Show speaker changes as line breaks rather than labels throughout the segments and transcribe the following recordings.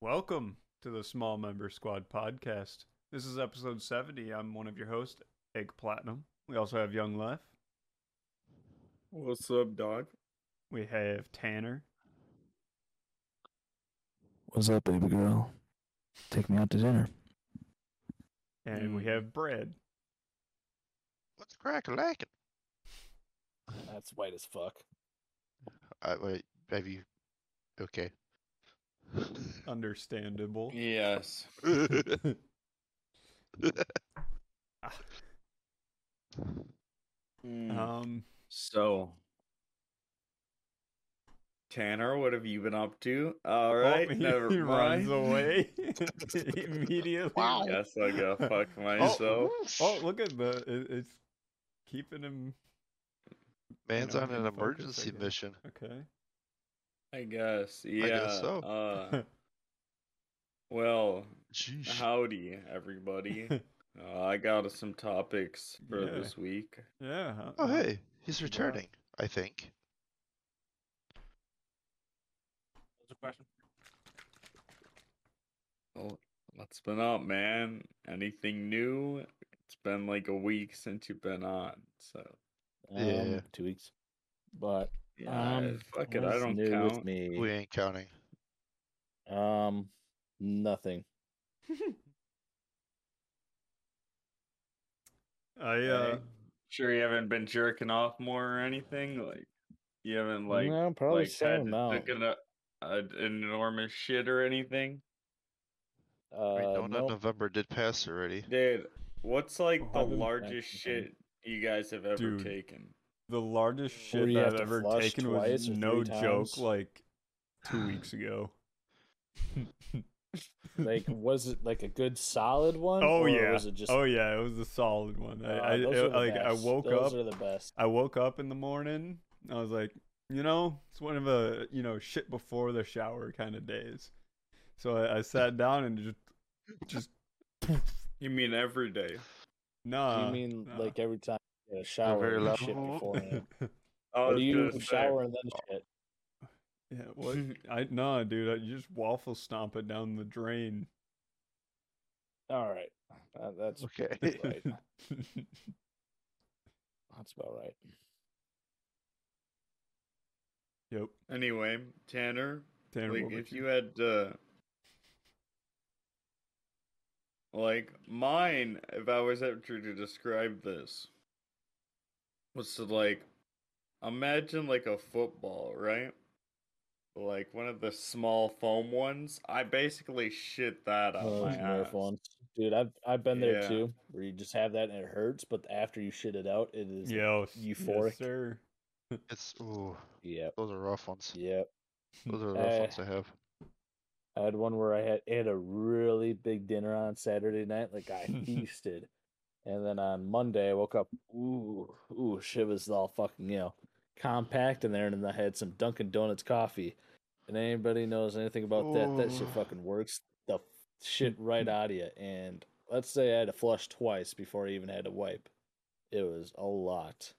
Welcome to the Small Member Squad podcast. This is episode 70. I'm one of your hosts, Egg Platinum. We also have Young Life.
What's up, dog?
We have Tanner.
What's up, baby girl? Take me out to dinner.
And we
Mm.
have Bread.
What's crack a lacking?
That's white as fuck.
Uh, wait, have you? Okay.
Understandable.
Yes.
Mm.
Um,
Hmm. so, Tanner, what have you been up to? All right,
oh, he,
never
he runs
mind.
away immediately.
Wow.
Yes, I go fuck myself.
whoosh.
Oh, look at the. It, it's keeping him.
man's
know,
on an
can focus, I
emergency
guess.
mission.
Okay.
I guess. Yeah.
so.
Uh, well,
Jeez.
Uh-huh. howdy, everybody. Uh, I got us some topics for
Yeah.
this week.
yeah. huh?
oh,
Uh,
hey, he's
Wow.
returning. I think.
What's been up, man? Anything new? It's been like a week since you've been on, so
Yeah.
Um, Two weeks. But
yeah,
um,
fuck it, I
what's
don't
new
count.
With me.
We ain't counting.
Um, nothing.
I uh,
Hey, sure you haven't been jerking off more or anything. Like you haven't like
no, probably
like
same
had to
amount.
take an, uh, an enormous shit or anything,
Uh,
I mean, no,
nope.
November did pass already.
dude. What's like
Oh,
the
I've been
largest
practicing.
shit you guys have ever
Dude.
taken?
the largest
Where
shit
you
that
have
I've
to
ever
flush
taken
twice
was
or three
no joke
times?
like two weeks ago.
Like, was it like a good solid one?
Oh,
or
yeah.
Was it just,
oh yeah, it was a solid one. I,
Uh,
I,
those
I-
are the
like I
best.
woke up.
those are the best.
I woke up in the morning. I was like, you know, it's one of a you know shit before the shower kind of days. So I, I sat down and just just
You mean every day?
nah.
uh,
you mean
nah.
like every time you get a shower you
very loud.
shit beforehand?
I
Or
was
do you
gonna say,
shower and then shit?
yeah, what? I nah, dude. I you just waffle stomp it down the drain.
All right. Uh, that's
Okay.
right. that's about right.
yep.
Anyway, Tanner,
Tanner,
like
what would
if you had uh like mine if i was ever to describe this was to like imagine like a football right like one of the small foam ones i basically shit that out
Oh,
my
those Nerf
ass.
ones. Dude, I've I've been
Yeah.
there too, where you just have that and it hurts, but after you shit it out, it is
Yo,
euphoric.
Yes, sir.
It's ooh,
yep,
those are rough ones.
yep.
Those are the rough
Uh,
ones I have.
I had one where I had ate a really big dinner on Saturday night, like I feasted, and then on Monday I woke up, ooh, ooh, shit was all fucking you know compact in there, and then I had some Dunkin' Donuts coffee. And anybody knows anything about that, that shit
Ooh.
fucking works the shit right out of you. And let's say I had to flush twice before I even had to wipe. It was a lot.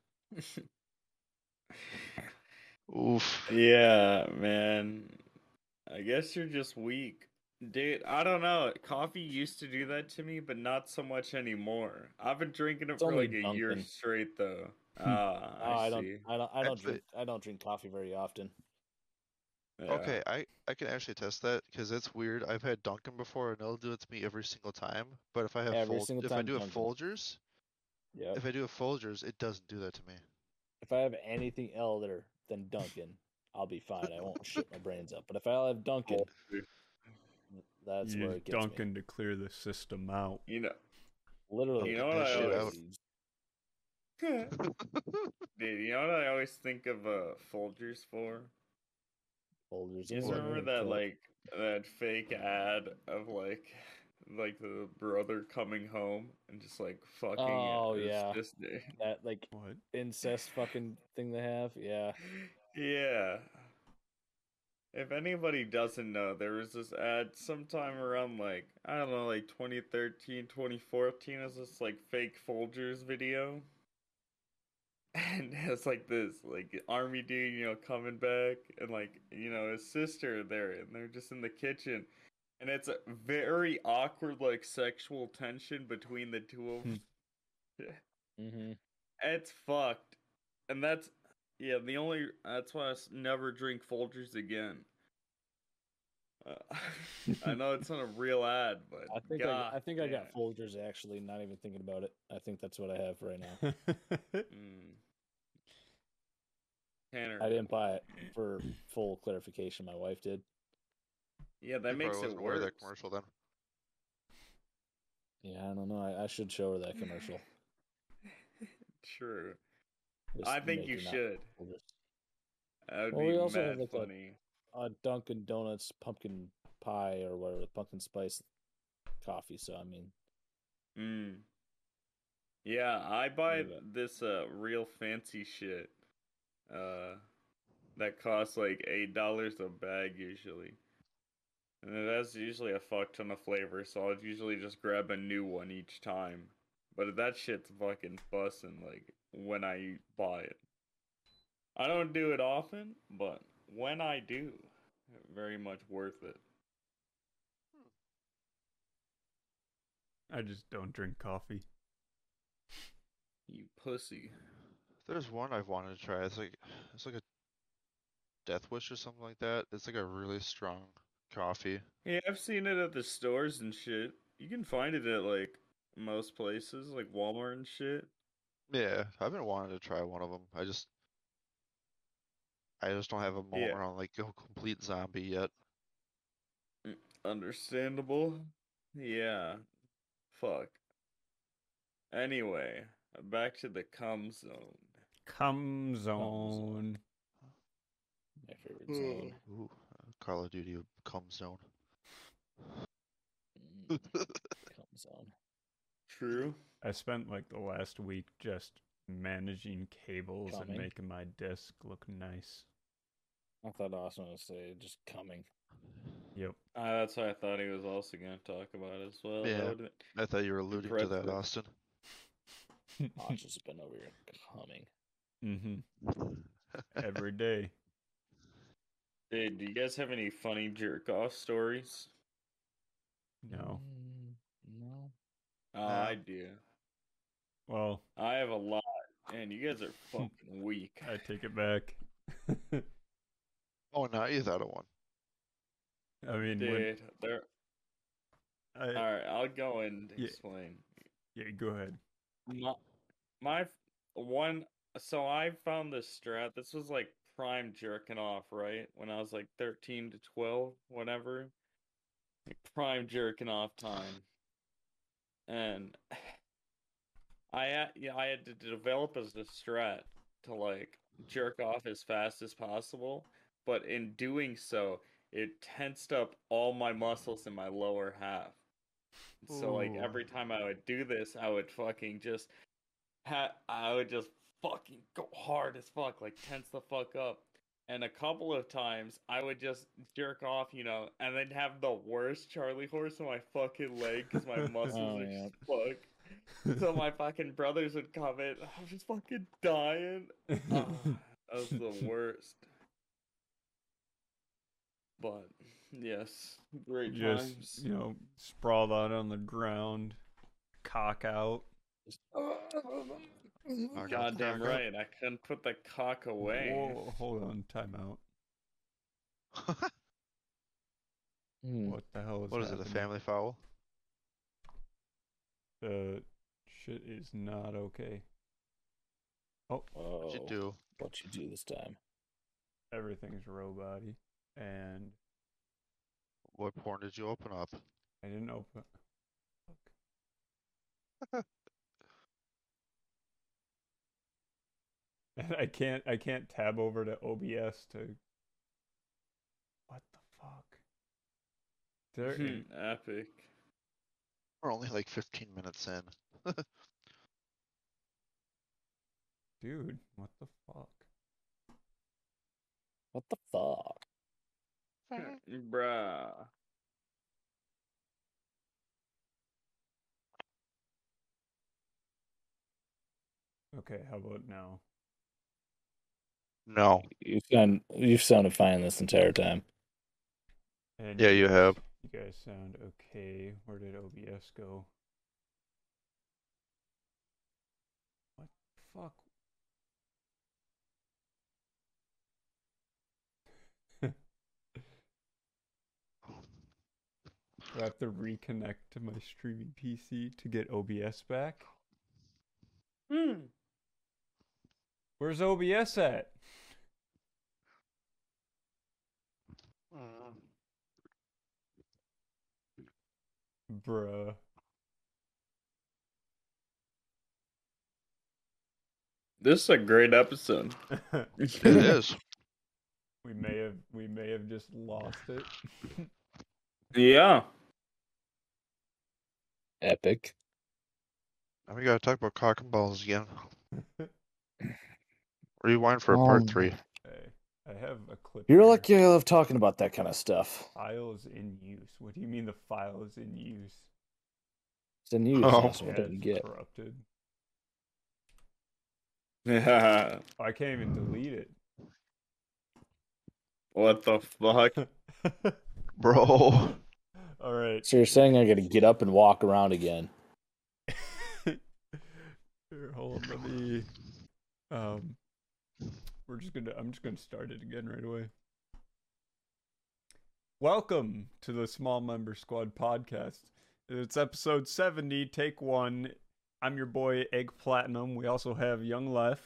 Oof.
yeah man i guess you're just weak dude i don't know coffee used to do that to me but not so much anymore i've been drinking it
It's
for
only
like a year
Dunkin'.
straight though
Hmm.
ah
Oh, I,
I,
don't.
see.
I don't. I don't
Actually-
drink. I don't drink coffee very often.
Yeah.
Okay, I I can actually test that because it's weird. I've had Dunkin' before, and they'll do it to me every single time. But if I have
Every
Fold-
single
if I
time
do a
Dunkin'.
Folgers,
Yeah. If,
if I do a Folgers, it doesn't do that to me.
I have anything other than Dunkin', I'll be fine. I won't shit my brains up. But if I have Dunkin', that's
you
where
use
it gets me.
Duncan to clear the system out.
you know
Literally.
You know what
I
literally.
always-
dude you know what i always think of uh folgers for
Folgers
you guys
in there,
remember that
so-
like that fake ad of like like the brother coming home and just like fucking
Oh,
his
yeah.
sister.
that like
What?
incest fucking thing they have? Yeah.
yeah. If anybody doesn't know, there was this ad sometime around like, I don't know, like 2013, 2014. It was this like fake Folgers video. And it's like this, like army dude, you know, coming back, and like you know his sister there, and they're just in the kitchen, and it's a very awkward, like sexual tension between the two of
Hmm.
them.
Mm-hmm.
It's fucked, and that's yeah. The only that's why I s- never drink Folgers again. Uh, I know it's not a real ad, but
I think
God
I, I think I
damn
got
it.
Folgers actually. Not even thinking about it. I think that's what I have right now.
Mm. Tanner.
I didn't buy it for full clarification. My wife did.
Yeah, that
You
makes
probably
it
wasn't aware of
worse.
that commercial then.
Yeah, I don't know. I, I should show her that commercial.
True.
Just
I think you
making up
should.
Folgers.
That would
Well,
be
we also have,
mad
like, a-
funny.
Uh, Dunkin' Donuts pumpkin pie or whatever, pumpkin spice coffee. So I mean,
Mm. Yeah, I buy
Yeah.
this uh real fancy shit. Uh that costs like eight dollars a bag usually. And it has usually a fuck ton of flavor, so I'd usually just grab a new one each time. But that shit's fucking bussin' like when I buy it. I don't do it often, but when I do, very much worth it.
I just don't drink coffee.
You pussy.
There's one I've wanted to try. It's like it's like a Death Wish or something like that. It's like a really strong coffee.
Yeah, I've seen it at the stores and shit. You can find it at like most places, like Walmart and shit.
Yeah, I've been wanting to try one of them. I just I just don't have a moment
Yeah.
where I'm like go complete zombie yet.
Understandable. Yeah. Fuck. Anyway, back to the cum zone.
Come zone.
my favorite zone.
Ooh, Call of Duty cum zone.
Mm, come zone.
True.
I spent like the last week just managing cables
Coming.
and making my desk look nice.
I thought Austin was gonna say just coming.
Yep.
Uh, that's what I thought he was also gonna talk about as well. That
Yeah.
would've-
I thought you were alluding to that,
Impressive.
Austin.
Austin's Oh, been over here coming.
hmm Every day.
Dude, do you guys have any funny jerk off stories?
No.
Mm, no.
Oh,
Uh,
I do.
Well,
I have a lot, and you guys are fucking weak.
I take it back.
oh, now you thought of one.
I mean, when
Dude, they're
I,
All right, I'll go and
Yeah.
explain.
yeah, go ahead.
My, my f- one, so I found this strat. This was like prime jerking off, right? When I was like 13 to 12, whatever. Like prime jerking off time. And I had, yeah, I had to develop as a strat to like jerk off as fast as possible. But in doing so, it tensed up all my muscles in my lower half. So like
Ooh.
every time I would do this, I would fucking just ha- I would just fucking go hard as fuck, like tense the fuck up. And a couple of times I would just jerk off, you know, and then have the worst Charlie horse on my fucking leg because my muscles
Oh,
are
yeah.
just fucked so my fucking brothers would come in. I was just fucking dying. Oh,
uh,
that was the worst. But yes, great
Just,
times.
you know, sprawled out on the ground, cock out.
Knock out the
Goddamn
cock up.
right, I couldn't put the cock away.
Whoa, hold on, time out.
Hmm.
What the hell is
what is it? A family foul?
The shit is not okay.
What'd you
Oh,
do?
What you do this time?
Everything's robot-y. And
What porn did you open up?
I didn't open Fuck. And I can't I can't tab over to OBS to What the fuck? There
Hmm,
is-
Epic.
We're only like 15 minutes in.
dude, what the fuck?
What the fuck?
Bruh.
Okay, how about now?
No.
You sound you've sounded fine this entire time.
And
Yeah, you have.
You guys sound okay. Where did OBS go? What the fuck? Do I have to reconnect to my streaming PC to get OBS back?
Hmm.
Where's OBS at? Hmm.
Mm.
Bruh.
This is a great episode.
It is.
we may have we may have just lost it.
yeah.
Epic.
Now we gotta talk about cock and balls again. Rewind for part
Um,
three.
Hey, I have a clip.
You're
here.
like you love talking about that kind of stuff.
Files in use. What do you mean the files in use?
It's in use.
Oh.
That's
Yeah,
what you
it's
get.
corrupted.
Yeah.
Oh, I can't even delete it.
What the fuck?
Bro.
All right.
So you're saying I got to get up and walk around again?
Here, hold on, let me. Um, we're just gonna. I'm just gonna start it again right away. Welcome to the Small Member Squad podcast. It's episode 70, take one. I'm your boy Egg Platinum. We also have Young Lef.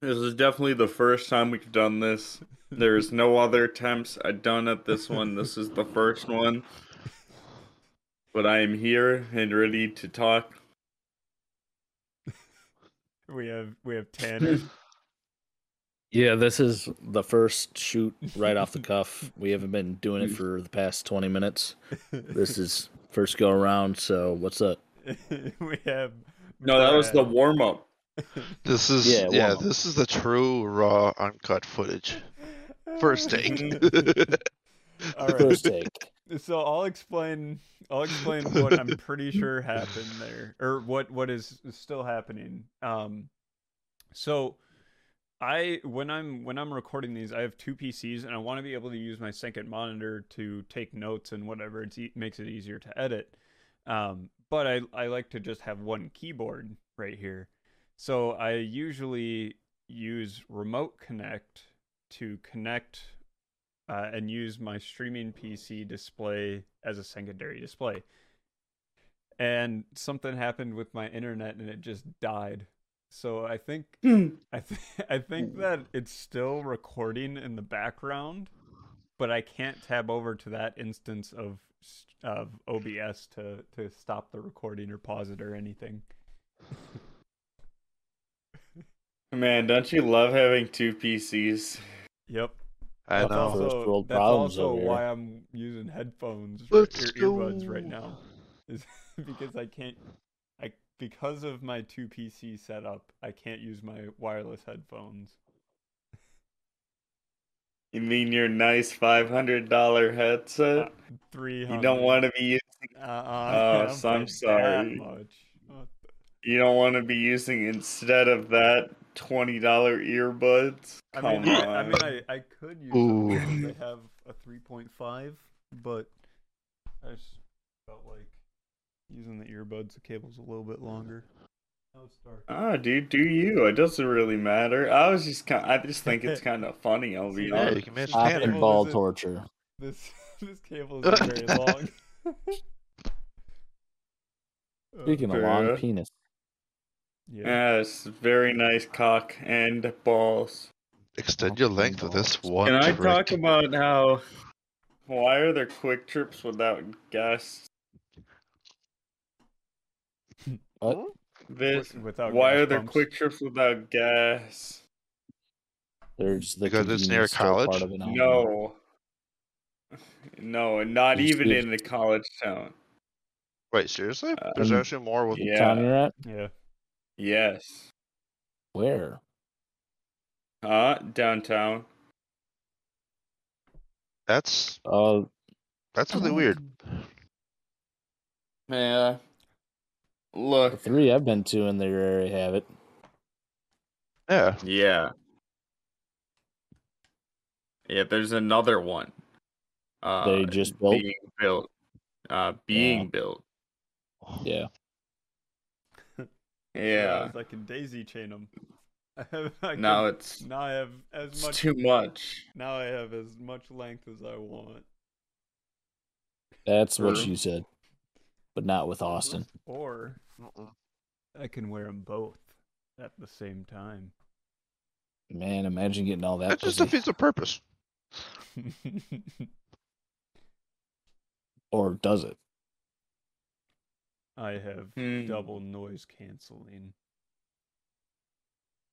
This is definitely the first time we've done this. There is no other attempts I've done at this one. This is the first one. But I am here and ready to talk.
We have we have Tanner.
Yeah, this is the first shoot right off the cuff. We haven't been doing it for the past 20 minutes. This is first go around. So what's up?
we have
No, that was the
Brad.
warm up.
This is
Yeah,
yeah,
it won't.
this is the true raw uncut footage. First take.
All right.
First take.
So I'll explain. I'll explain what I'm pretty sure happened there, or what what is still happening. Um, so I when I'm when I'm recording these, I have two PCs, and I want to be able to use my second monitor to take notes and whatever. It e- makes it easier to edit. Um, but I I like to just have one keyboard right here. So I usually use Remote Connect to connect uh, and use my streaming PC display as a secondary display. And something happened with my internet and it just died. So I think
Hmm.
I th- I think that it's still recording in the background, but I can't tab over to that instance of s- of OBS to to stop the recording or pause it or anything.
Man, don't you love having two PCs?
Yep.
I
That's
know.
awesome. First world
that's
problems
also
over here.
why I'm using headphones or
Let's
ear- earbuds
go.
right now. is because I can't I because of my two PC setup, I can't use my wireless headphones.
You mean your nice five hundred dollar headset?
Uh, Three
You don't want to be using,
uh, uh,
Oh, so I'm sorry.
That much. Uh, What the-
you don't want to be using instead of that twenty dollar earbuds.
I
Come
mean, I, I
on.
mean, I, I could use
Ooh.
them because I have a 3.5, but I just felt like using the earbuds, the cable's a little bit longer. Now it's dark.
Ah, dude, do you? It doesn't really matter. I was just kind. I just think it's kind of funny. I'll
See,
be
that-
Yeah, you
honest.
can manage
this
Cock
Tanner.
cable
and ball
isn't-
torture.
This this cable isn't very long. Oh, Uh,
Speaking of
Fair.
long penis.
yeah.
Yes, very nice cock and balls.
Extend your length with this one.
Can I
trick.
talk about how? Why are there quick trips without gas?
Hmm?
What?
This.
Wi- without
why
gas
are there
pumps.
quick trips without gas?
There's the
Because it's near
convenience store part
college?
of it, I don't know.
No. No, and not
There's-
even
there's-
in the college town.
Wait, seriously? There's
Um,
actually more with
The
Yeah.
town you're at?
Yeah.
Yes.
Where?
Uh, downtown.
that's
Uh,
that's really weird.
Um, Yeah.
the
Look.
three I've been to in their area have it.
Yeah.
Yeah. Yeah, there's another one. uh,
They just built?
being built, uh, being built.
Yeah.
Yeah.
Otherwise I can daisy chain them. I have, I can,
Now it's,
now I have as
it's
much
too much.
now I have as much length as I want.
That's what
True.
you said, but not with Austin.
Or
Mm-mm.
I can wear them both at the same time.
Man, imagine getting all that.
That just
pussy.
defeats the purpose.
or does it?
I have
Hmm.
double noise canceling.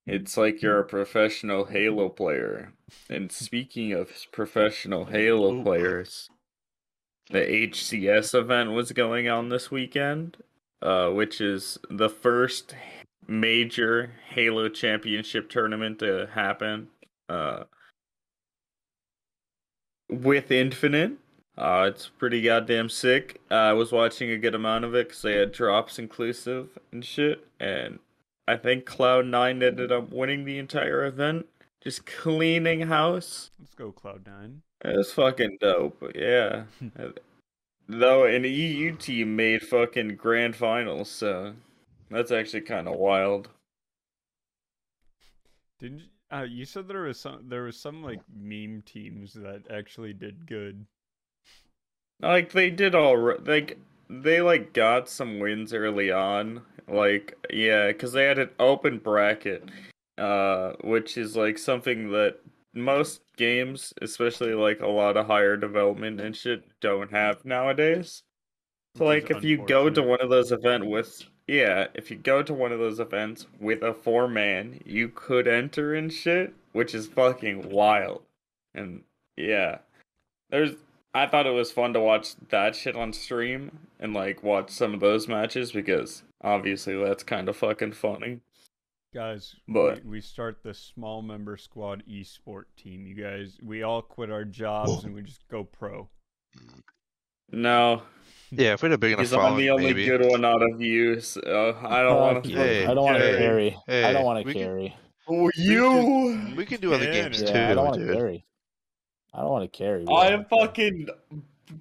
It's uh, like you're a professional Halo player. And speaking of professional Halo
Ooh.
players, the HCS event was going on this weekend, uh, which is the first major Halo Championship tournament to happen uh, with Infinite. Uh, it's pretty goddamn sick. Uh, I was watching a good amount of it because they had drops inclusive and shit, and I think Cloud9 ended up winning the entire event, just cleaning house.
Let's go, Cloud Nine.
It was fucking dope. Yeah. Though an EU team made fucking grand finals, so that's actually kind of wild.
Didn't you, uh, you said there was some there was some like meme teams that actually did good.
Like they did all right. Like they like got some wins early on. Like yeah, because they had an open bracket, uh, which is like something that most games, especially like a lot of higher development and shit, don't have nowadays. So
which
like
is
if you go to
unfortunate.
one of those events with yeah, if you go to one of those events with a four man, you could enter and shit, which is fucking wild. And yeah. There's I thought it was fun to watch that shit on stream and like watch some of those matches because obviously that's kind of fucking funny.
Guys,
But-
we, we start the small member squad esport team. You guys, we all quit our jobs and we just go pro.
No,
Yeah, if we had a big enough
because I'm
following,
the only
maybe.
good one out of you. So I don't want
Fuck
to.
you.
Hey,
I don't want to
hey,
carry. I
hey,
don't want to
we can-
carry.
Oh, you!
We can do other
Tanner.
games
Yeah,
too,
I don't want to
dude.
carry. I don't want to carry. bro.
I am fucking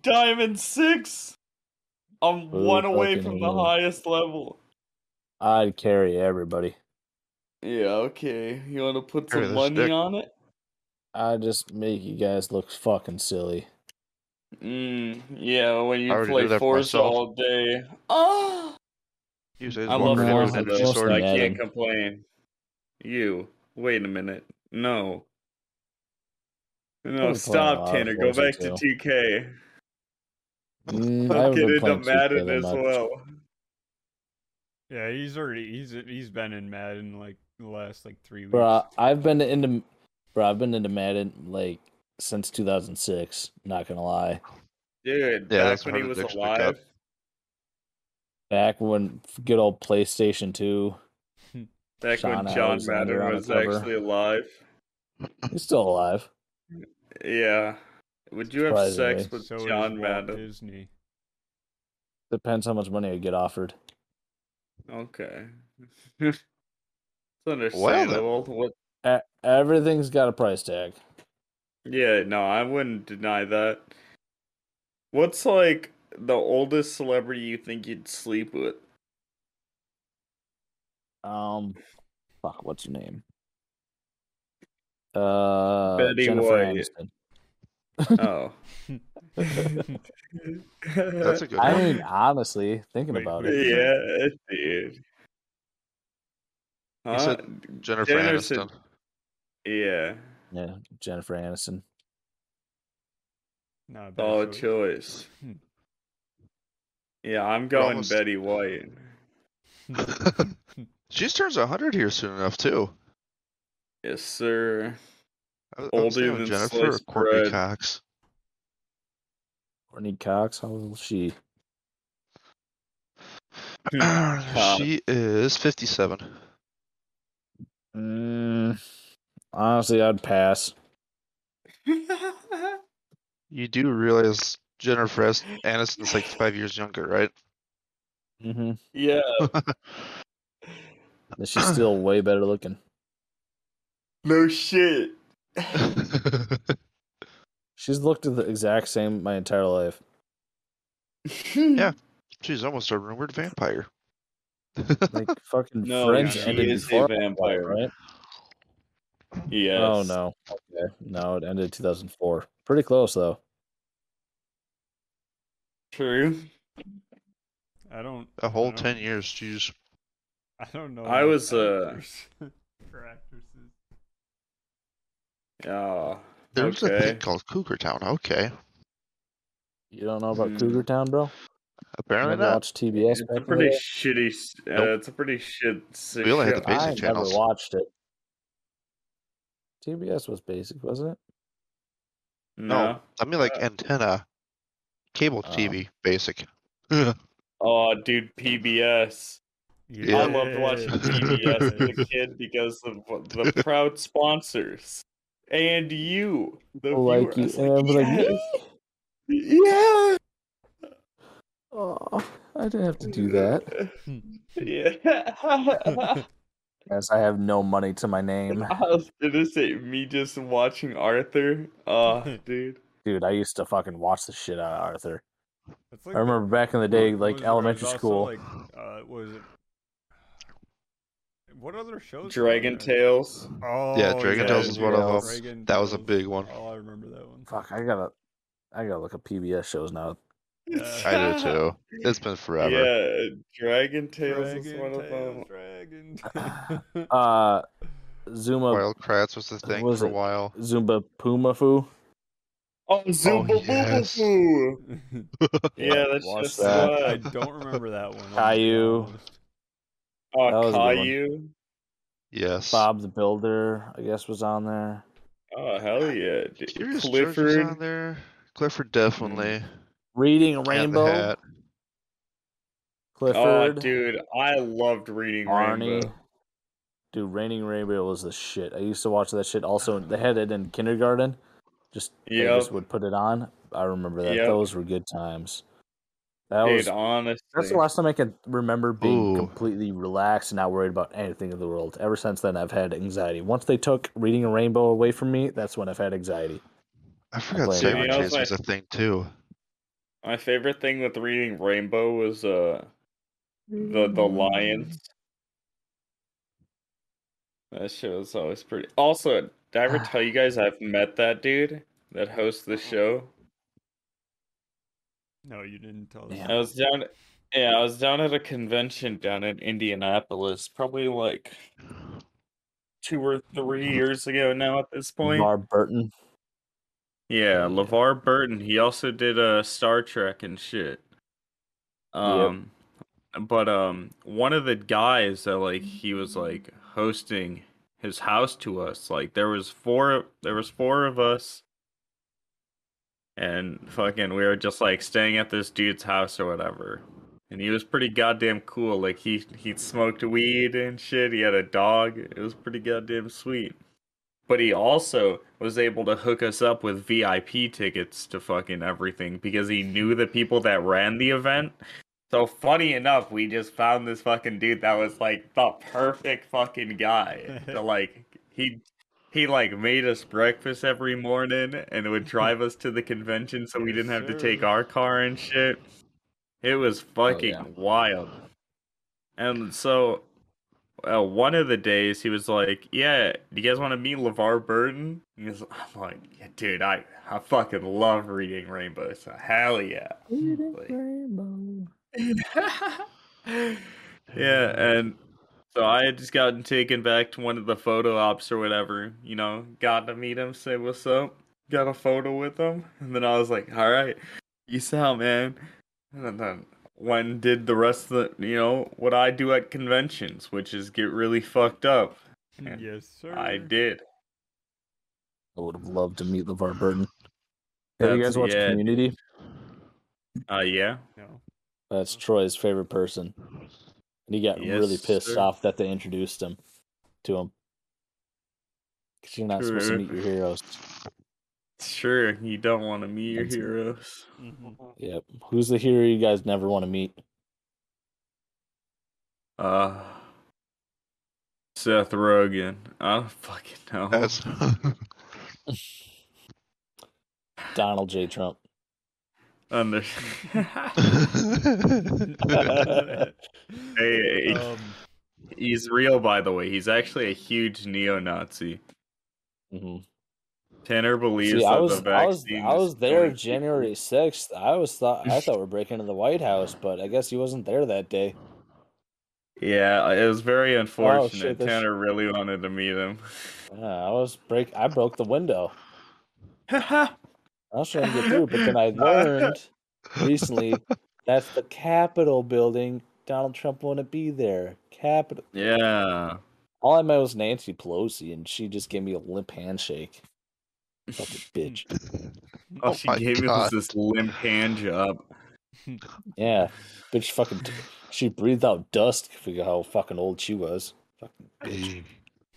diamond six. I'm
Ooh,
one away
fucking
from the
hell.
highest level.
I'd carry everybody.
Yeah, okay. You want to put
Carry
some
this
money
dick.
on it?
I just make you guys look fucking silly.
Mm, yeah, when you
I already
play
did that
Forza
myself.
all day. Ah.
You say it's
I
more
love
creative
Forza,
than
but
energy
also
Forza.
sword.
I
Yeah,
can't
Adam.
complain. You, wait a minute. No. No,
I've been playing a lot
stop,
of
Tanner. Go
Forza
back
too.
to 2K.
Mm, I
I'll
haven't
get
been
into
playing 2K
Madden
that
as
much.
well.
Yeah, he's already he's he's been in Madden like the last like three weeks.
Bruh, I've been into, bro, I've been into Madden like since 2006. Not gonna lie,
Dude,
Yeah,
back
that's
when
hard
he
to
was
ditch the
alive.
cup.
back when good old PlayStation 2,
Back when
Sean
John
Alexander
Madden
on the
was
cover.
actually alive.
he's still alive.
Yeah. Would you have sex
Surprisingly.
with
so
John
is Walt
Madden?
Disney.
Depends how much money I get offered.
Okay. it's understandable. What?
E- everything's got a price tag.
Yeah, no, I wouldn't deny that. What's like the oldest celebrity you think you'd sleep with?
Um, fuck, what's her name? Uh,
Betty
Jennifer
White.
Aniston.
Oh.
That's a good
I
one.
mean, honestly, thinking
Wait,
about it,
yeah, dude. Huh?
said- Jennifer
Tanner said-
Aniston.
Yeah,
yeah, Jennifer Aniston.
Not a bad
solid
choice.
choice.
Hmm.
Yeah, I'm going
almost-
Betty White.
she turns 100 here soon enough, too.
Yes, sir.
I- I was
Older
thinking
than
Jennifer or
sliced
Courtney
bread.
Cox.
Courtney Cox, how old is she?
Hmm.
she is 57.
Mm, honestly, I'd pass.
You do realize Jennifer As- Aniston's like five years younger, right?
Mm-hmm.
yeah,
And she's still way better looking.
no shit.
She's looked the exact same my entire life.
Yeah. She's almost a rumored vampire.
Like fucking
No,
Friends
she
ended
is a
before
vampire.
right?
Yes.
Oh no. Okay. No, it ended 2004. Pretty close though.
True.
I don't.
a
I
whole
don't-
ten years, jeez.
I don't know.
I
any
was, uh,
actors or actresses.
Yeah.
There was a
Ah, Okay.
thing called Cougar Town. Okay,
You don't know about
Hmm.
Cougar Town, bro?
apparently
Never
not.
watched TBS
It's a
back in the
pretty
day?
shitty. s- Uh,
Nope.
It's a pretty shit. sick
We only had
show.
the
I
basic
never
channels.
watched it. TBS was basic, wasn't it?
No.
I mean, like
Uh,
antenna, cable
Oh.
TV, basic. Ugh.
Oh, dude, PBS.
Yeah.
I loved watching PBS as a kid because of the proud sponsors and you, the
like you,
viewer.
and I was like,
yes,
"Me?"
yes.
oh, I didn't have to do that.
yeah.
As I have no money to my name,
I was gonna say me just watching Arthur. Oh, dude.
dude. I used to fucking watch the shit out of Arthur.
It's
I remember back in the day, like elementary school.
Like, uh, what was it? What other shows? were
Dragon
there?
Tales.
Oh,
Dragon
Tales was one of
yeah,
them.
Dragon
That was a
Tales.
big one.
Oh, I remember that one.
Fuck, I gotta, I gotta look up PBS shows now.
Yeah.
I do too. It's been forever.
Yeah, Dragon Tales is
Dragon
one of them.
Tales, Dragon Tales.
Uh, Zuma,
Wild Kratts was the thing
was
for a
it?
while.
Zumba Pumafu.
Oh, Zumba
yes.
Boo Yeah, that's
watch
just
that.
what.
I don't remember that one. I'll be
Caillou.
honest.
That
Oh,
was a good one.
Caillou.
Yes.
Bob the Builder, I guess, was on there.
Oh, hell yeah. dude.
Curious George was
Clifford.
on there. Clifford definitely.
Reading
Cat in the
Rainbow,
Hat.
Clifford,
Oh, dude, I loved reading
Arnie.
Rainbow.
Dude, Raining Rainbow was the shit. I used to watch that shit. Also, they had it in kindergarten. Just they
Yep.
just would put it on. I remember that.
Yep.
Those were good times. That
Dude,
was
honestly.
That's the last time I can remember being
Ooh.
completely relaxed and not worried about anything in the world. Ever since then, I've had anxiety. Once they took reading a rainbow away from me, that's when I've had anxiety.
I forgot
blame
Saber
you. Yeah,
Chase
that was
was a thing too.
My favorite thing with reading Rainbow was uh the the lions. That show is always pretty. Also, did I ever tell you guys I've met that dude that hosts the show?
No, you didn't tell
Yeah.
I was down. Yeah, I was down at a convention down in Indianapolis, probably like two or three years ago now. At this point,
Barb Burton.
Yeah, LeVar Burton. He also did uh Star Trek and shit. Um but um one of the guys that like he was like hosting his house to us, like there was four there was four of us and fucking we were just like staying at this dude's house or whatever. And he was pretty goddamn cool. Like he he smoked weed and shit. He had a dog. It was pretty goddamn sweet but he also was able to hook us up with VIP tickets to fucking everything because he knew the people that ran the event. So funny enough, we just found this fucking dude that was like the perfect fucking guy. to like he he like made us breakfast every morning and would drive us to the convention so we
Yes,
didn't have
sir.
to take our car and shit. It was fucking
yeah.
wild. And so uh, one of the days he was like, "Yeah, do you guys want to meet LeVar Burton?" And he was, I'm like, yeah, "Dude, I I fucking love reading Rainbow. So hell yeah." yeah, and so I had just gotten taken back to one of the photo ops or whatever, you know, got to meet him, say what's up, got a photo with him, and then I was like, all right, you sound man. And then when did the rest of the, you know, what I do at conventions, which is get really fucked up.
him. Yes, sir.
I did.
I would have loved to meet LeVar Burton. Have you
That's-
guys watched
yeah.
Community?
Uh, yeah.
No.
That's Troy's favorite person. And he got
Yes,
really pissed
sir.
off that they introduced him to him. Because you're not supposed to
True.
meet your heroes.
Sure, you don't want to meet your
That's-
heroes.
Yep. Who's the hero you guys never want to meet?
Uh, Seth Rogen. I don't fucking know.
That's
Donald J. Trump.
Under. Hey.
Um,
He's real, by the way. He's actually a huge neo-Nazi.
hmm
Tanner believes
See,
that
I was,
Mm-hmm. the
I was,
vaccine.
I
is
was there
killing
January sixth. I was thought, I thought we're breaking into the White House, but I guess he wasn't there that day.
people. Yeah, it was very unfortunate.
Oh, shit, that's-
Tanner really wanted to meet him.
Yeah, I was break. I broke the window. I was trying to get through, but then I learned recently that's the Capitol building. Donald Trump wouldn't be there. Capitol.
yeah. Oh,
All I met was Nancy Pelosi, and she just gave me a limp handshake. Fucking bitch.
All
Oh
she
my
gave me
God.
was this limp hand job.
Yeah, bitch. Fucking. d- She breathed out dust. Figure how fucking old she was. Fucking bitch.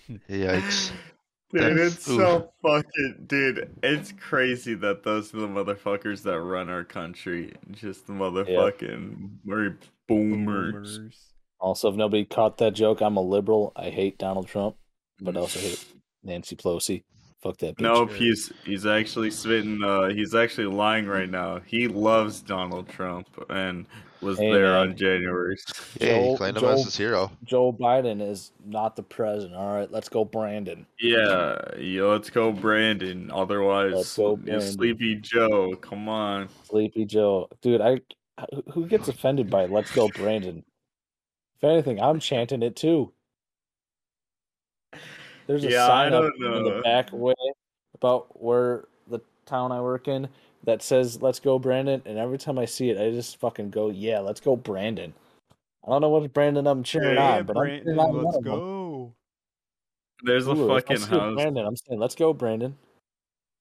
Yikes.
Dude,
That's-
it's so fucking dude. It's crazy that those are the motherfuckers that run our country. Just the motherfucking very boomers.
boomers.
Also, if nobody caught that joke, I'm a liberal. I hate Donald Trump, but I also hate Nancy Pelosi. Fuck that bitch.
Nope,
Sure.
he's he's actually spitting. Uh, he's actually lying right now. He loves Donald Trump and was
Hey,
there
man.
on January. 6th.
Hey,
Joel-
he claimed him as
Joel-
his hero.
Joe Biden is not the president. All right, let's go, Brandon.
Yeah, yeah, let's go, Brandon. Otherwise,
Let's go,
you
Brandon.
Sleepy Joe. Come on.
Sleepy Joe, dude. I who gets offended by "Let's go, Brandon"? If anything, I'm chanting it too. There's a
Yeah, I
sign up
don't
in the
know.
back way about where the town I work in that says "Let's go, Brandon," and every time I see it, I just fucking go, "Yeah, let's go, Brandon." I don't know what Brandon I'm cheering
Yeah,
on, but
Brandon,
I'm cheering on
let's
one of them.
go.
There's a
Ooh, if I
fucking
see a
house.
Brandon, I'm saying, "Let's go, Brandon."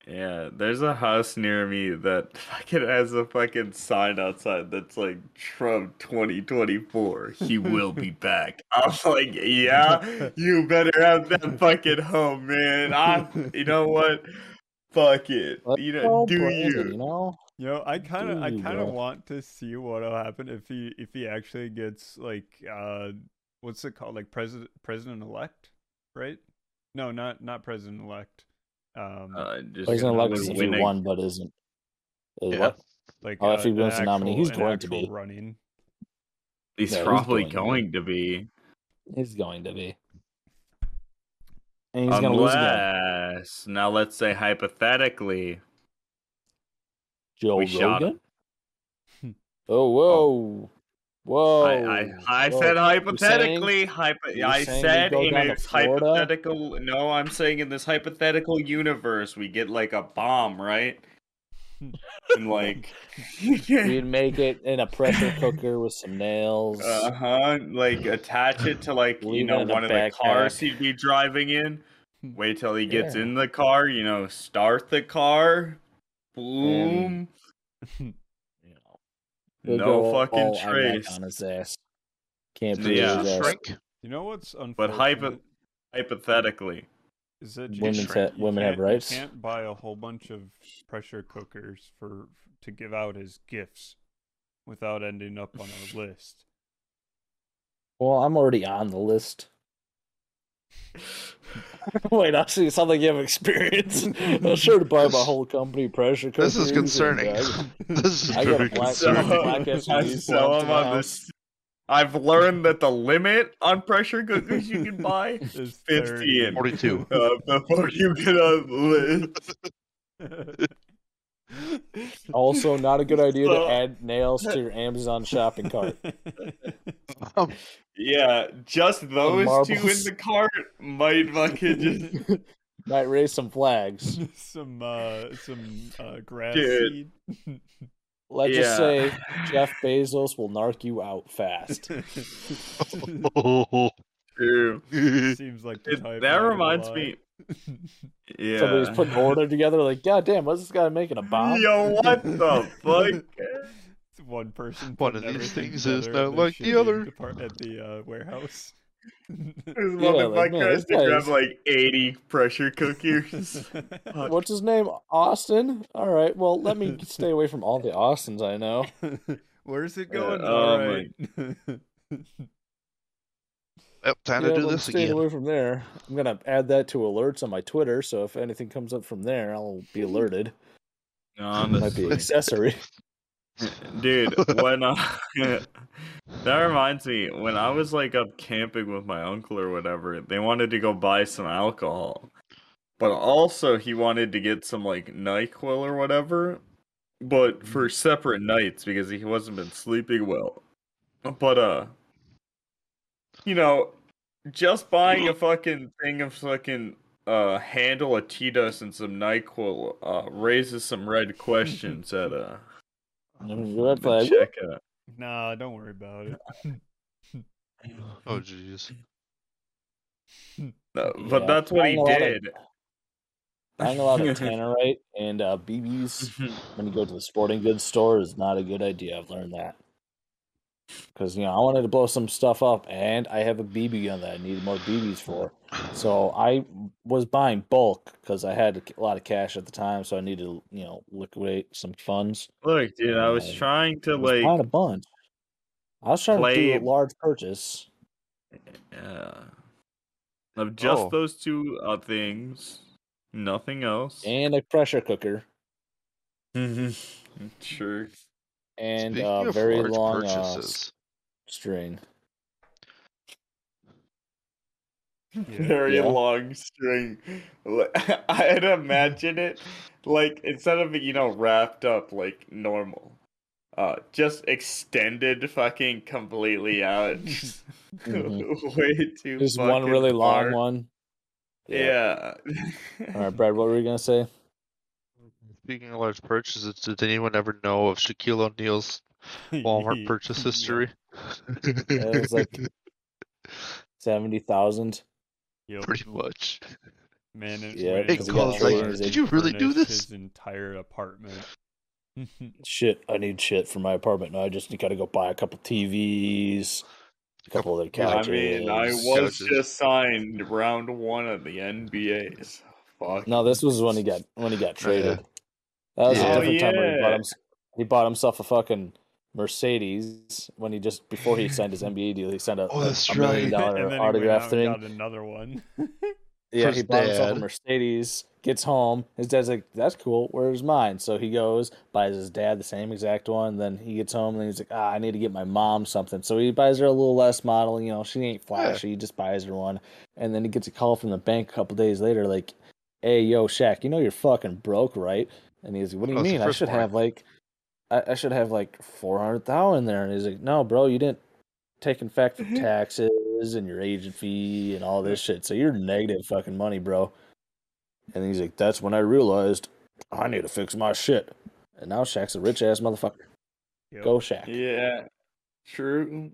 Yeah, there's a house near me that fucking has a fucking sign outside that's like Trump 2024. He will be back. I'm like, yeah, you better have that fucking home, man. I, you know what? Fuck it.
Let's
You
go,
know, do
Brandon, you
you?
know?
You know, I kind of, I
Dude,
kind of
bro.
want to see what'll happen if he, if he actually gets like, uh, what's it called, like president, president elect, right? No, not not president elect. Um,
Uh, just
President
gonna
elect is
live
if
winning.
he won but isn't. Is
Yeah.
what?
like
oh, if he
an
wins the nominee,
actual-
he's
an
going to
actual
be.
running.
He's
Yeah, he's
probably
going to be.
going to be.
He's going to be. And he's going to lose again.
Unless, now let's say hypothetically,
Joe
we shot
Rogan? Oh, whoa. Whoa.
I, I, I
whoa.
said
Oh, You're
hypothetical.
saying-
Hypo-
you're
I
saying we
said
go
in
down to
this
Florida?
hypothetical. No, I'm saying in this hypothetical universe, we get like a bomb, right? and like,
We'd make it in a pressure cooker with some nails.
uh huh, like attach it to like you
Leave it
know
in a
one of the cars
backpack.
he'd be driving in. Wait till he gets
Yeah.
in the car. You know, start the car. Boom.
you know. We'll
No
go all
fucking
Iraq
trace.
on his ass. Can't
Yeah.
believe
Yeah.
his ass.
Shrink.
You know what's unfortunate
But hypo- hypothetically,
is that you
Women's
can't-
ha-
you
women have
can't-
rights.
You can't buy a whole bunch of pressure cookers for to give out as gifts without ending up on a list.
Well, I'm already on the list. Wait, actually, it sounds like you have experience. I'm sure to buy my whole company pressure cookers.
This is
and,
concerning.
uh,
this is
I got a
very
black-
So,
concerning.
Black SUVs
so
belong to
I'm
the
on
house.
this. I've learned that the limit on pressure cookers you can buy is
Is
50 and
42.
uh, before you get on the list.
Also, not a good idea
So-
to add nails to your Amazon shopping cart.
Um,
Yeah, just those two in
marbles.
the cart might fucking just.
Might raise some flags.
some uh some uh grass
Dude.
seed.
Let's
Yeah.
just say Jeff Bezos will narc you out fast.
oh.
True.
Seems like the
It-
type,
that
not gonna
reminds
lie.
me. Yeah.
Somebody's putting an order together, like, God damn, what's this guy making a bomb?
Yo, what the fuck?
It's one person.
One
putting
of these
everything
things is
together at
not like the
shipping
other.
depart- at the uh, warehouse.
This
Yeah,
motherfucker
like, man,
has
this
to
guy
grab
is-
like 80 pressure cookers.
What's his name? Austin? All right, well, let me stay away from all the Austins I know.
Where's it
Uh,
going?
oh
All
my-
right.
yep, time
Yeah,
to do
well, I'm
this
staying
again.
away from there. I'm gonna add that to alerts on my Twitter, so if anything comes up from there, I'll be alerted. Might be
Honestly,
accessory.
dude, when I, that reminds me, when I was like up camping with my uncle or whatever, they wanted to go buy some alcohol, but also he wanted to get some like Nyquil or whatever, but for separate nights because he wasn't been sleeping well. But uh, you know, just buying a fucking thing of fucking uh handle of Tito's and some Nyquil uh raises some red questions at uh
Red
the
flag.
checkout.
Nah, don't worry about it.
Oh jeez.
No, but
Yeah,
that's what he
buying a lot of-
did.
Buying a lot of tannerite and uh, BBs when you go to the sporting goods store is not a good idea. I've learned that. Because, you know, I wanted to blow some stuff up and I have a BB gun that I needed more BBs for. So I was buying bulk because I had a lot of cash at the time. So I needed to, you know, liquidate some funds.
Look, dude, I was
Uh,
trying to
I was buying a
like
bunch. I was trying to
play-
do a large purchase.
uh, of just
Oh.
those two uh, things, nothing else.
and a pressure cooker
sure.
and
Speaking
uh,
of
very
large
long uh, s-
purchases,
string.
Very
Yeah.
long string. I'd imagine it like instead of you know wrapped up like normal, uh, just extended fucking completely out.
Mhm.
Way too.
Just one
fucking
really long
far.
one.
Yeah.
All right, Brad, what were you going to say?
speaking of large purchases, did anyone ever know of Shaquille O'Neal's Walmart purchase history?
It was like 70,000.
Yep.
pretty much.
Man, it,
Yeah,
ran
It
to
caused,
the
like,
floor
did
and
you really do
furnished
this?
His entire apartment.
Shit, I need shit for my apartment. No, I just got to go buy a couple TVs, a couple of the
Yeah,
I
couches.
mean, I
Couches.
was just signed round one of the NBA's. Fuck.
No, this was when he got when he got traded. That was
Yeah.
a
Oh,
different time where he bought,
yeah.
hims- he bought himself a fucking Mercedes when he just before he signed his NBA deal. He signed a,
Oh,
a-
that's
a million
right.
dollar
and then
autograph
he went
thing.
out and got another one.
Yeah,
Chris
he bought himself a
Dad.
Mercedes, gets home. His dad's like, that's cool. Where's mine? So he goes, buys his dad the same exact one. Then he gets home and then he's like, ah, I need to get my mom something. So he buys her a little less model. You know, she ain't flashy. He just buys her one. And then he gets a call from the bank a couple days later, like, hey, yo, Shaq, you know you're fucking broke, right? And he's like, what do you
Oh, it's the
mean? I
first
should
one.
have like, I, I should have like 400,000 in there. And he's like, no, bro, you didn't taking fact of taxes and your agent fee and all this shit. So you're negative fucking money, bro. And he's like, that's when I realized I need to fix my shit. And now Shaq's a rich ass motherfucker.
Yep.
Go Shaq.
Yeah. True.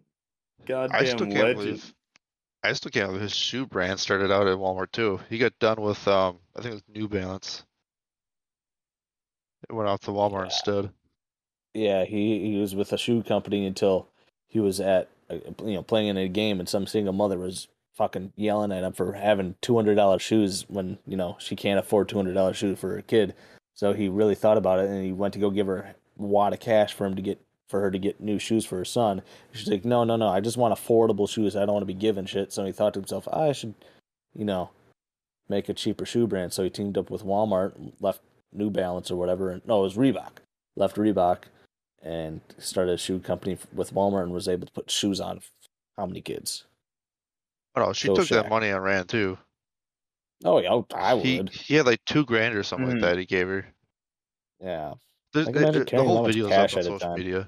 I
Goddamn
still can't
legend.
believe. I still can't believe his shoe brand started out at Walmart too. He got done with um, I think it was New Balance. It went off to Walmart instead.
Yeah, he, he was with a shoe company until he was at uh, you know playing in a game and some single mother was fucking yelling at him for having two hundred dollar shoes when you know she can't afford two hundred dollar shoes for her kid. So he really thought about it and he went to go give her a wad of cash for him to get for her to get new shoes for her son. She's like, no, no, no, I just want affordable shoes. I don't want to be given shit. So he thought to himself, I should, you know, make a cheaper shoe brand. So he teamed up with Walmart, left New Balance or whatever. And, no, it was Reebok. Left Reebok and started a shoe company f- with Walmart and was able to put shoes on f- how many kids?
Oh no, she
Go
took
Shaq.
that money and ran too.
Oh yeah, oh, I would.
he he had like two grand or something
Mhm.
like that. He gave her.
yeah,
There's,
Like,
the-
imagine
the- the
carrying that
whole
much
video's
cash
up on
at a
social
time.
media.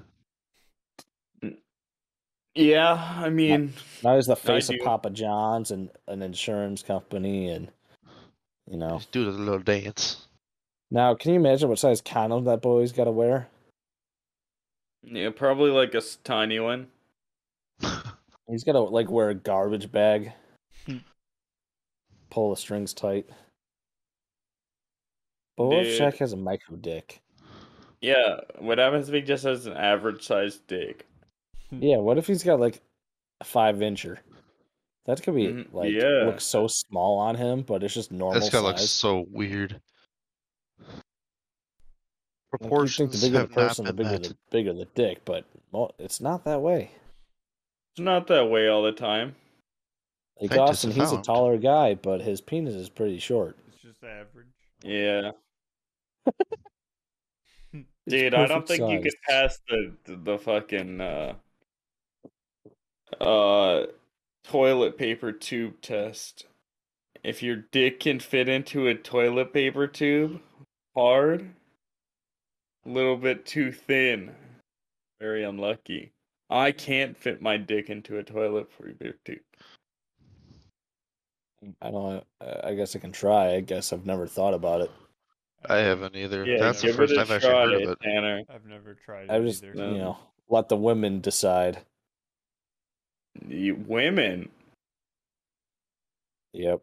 Yeah, I mean,
now he's the face of
do.
Papa John's and an insurance company, and you know.
Just do the little dance.
Now, can you imagine what size condom that boy's got to wear?
yeah, probably like a s- tiny one.
He's got to like wear a garbage bag,
Hmm.
pull the strings tight. But what if
Dude.
Shaq has a micro dick?
Yeah, what happens if he just has an average sized dick?
Yeah, what if he's got like a five incher? That could be
Mhm,
like
yeah.
look so small on him, but it's just normal
That's gotta look
size.
so weird.
Like, you'd think
Proportions
the bigger the
have not
person, the
been
bigger
met.
the bigger the dick, but well, it's not that way.
It's not that way all the time.
Like
I just
Austin, he's a
found-
taller guy, but his penis is pretty short.
It's just average.
Yeah.
It's
Dude, I don't
perfect
think you could
size.
pass the the fucking uh uh toilet paper tube test. If your dick can fit into a toilet paper tube, hard, a little bit too thin, very unlucky. I can't fit my dick into a toilet paper tube.
I don't. I- I guess I can try. I guess I've never thought about it.
I haven't either.
Yeah,
That's the
give
never-
it
first
a
time I've actually
shot,
heard of it.
Tanner.
I've never tried
I
it
just,
either.
No.
you know, let the women decide.
You, women.
Yep.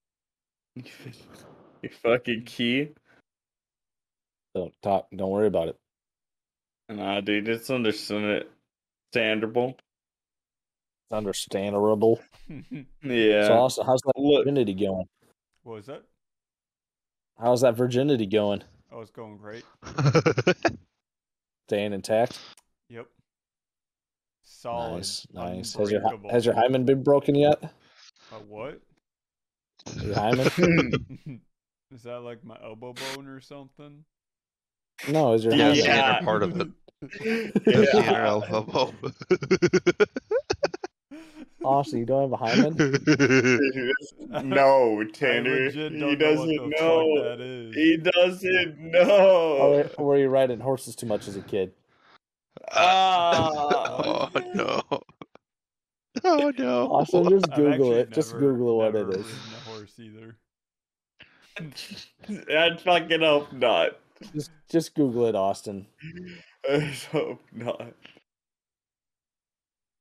you fucking key.
Don't talk. Don't worry about it.
Nah, dude, it's understandable.
It's understandable.
Yeah.
So, also, how's that
Look.
virginity going?
what was that?
How's that virginity going?
I was going great.
Staying intact.
Yep. Solid.
Nice, nice. Has your hy-
unbreakable.
has your hymen been broken yet?
My what?
Your hymen?
Is that like my elbow bone or something?
No, is your
Yeah,
hymen?
the inner part of it. That's the inner elbow.
Awesome. You don't have a hymen?
no,
I
Tanner.
legit
He
don't know what the
doesn't
fuck
know.
that is.
He doesn't
Or
know.
were- were you riding horses too much as a kid?
Ah.
oh no! Oh no!
Awesome. Just
I've
Google
actually
it. Just
never-
Google what
never
it is.
ridden a horse either.
Oh,
I'd fucking hope not.
Just just Google it, Austin.
I hope not.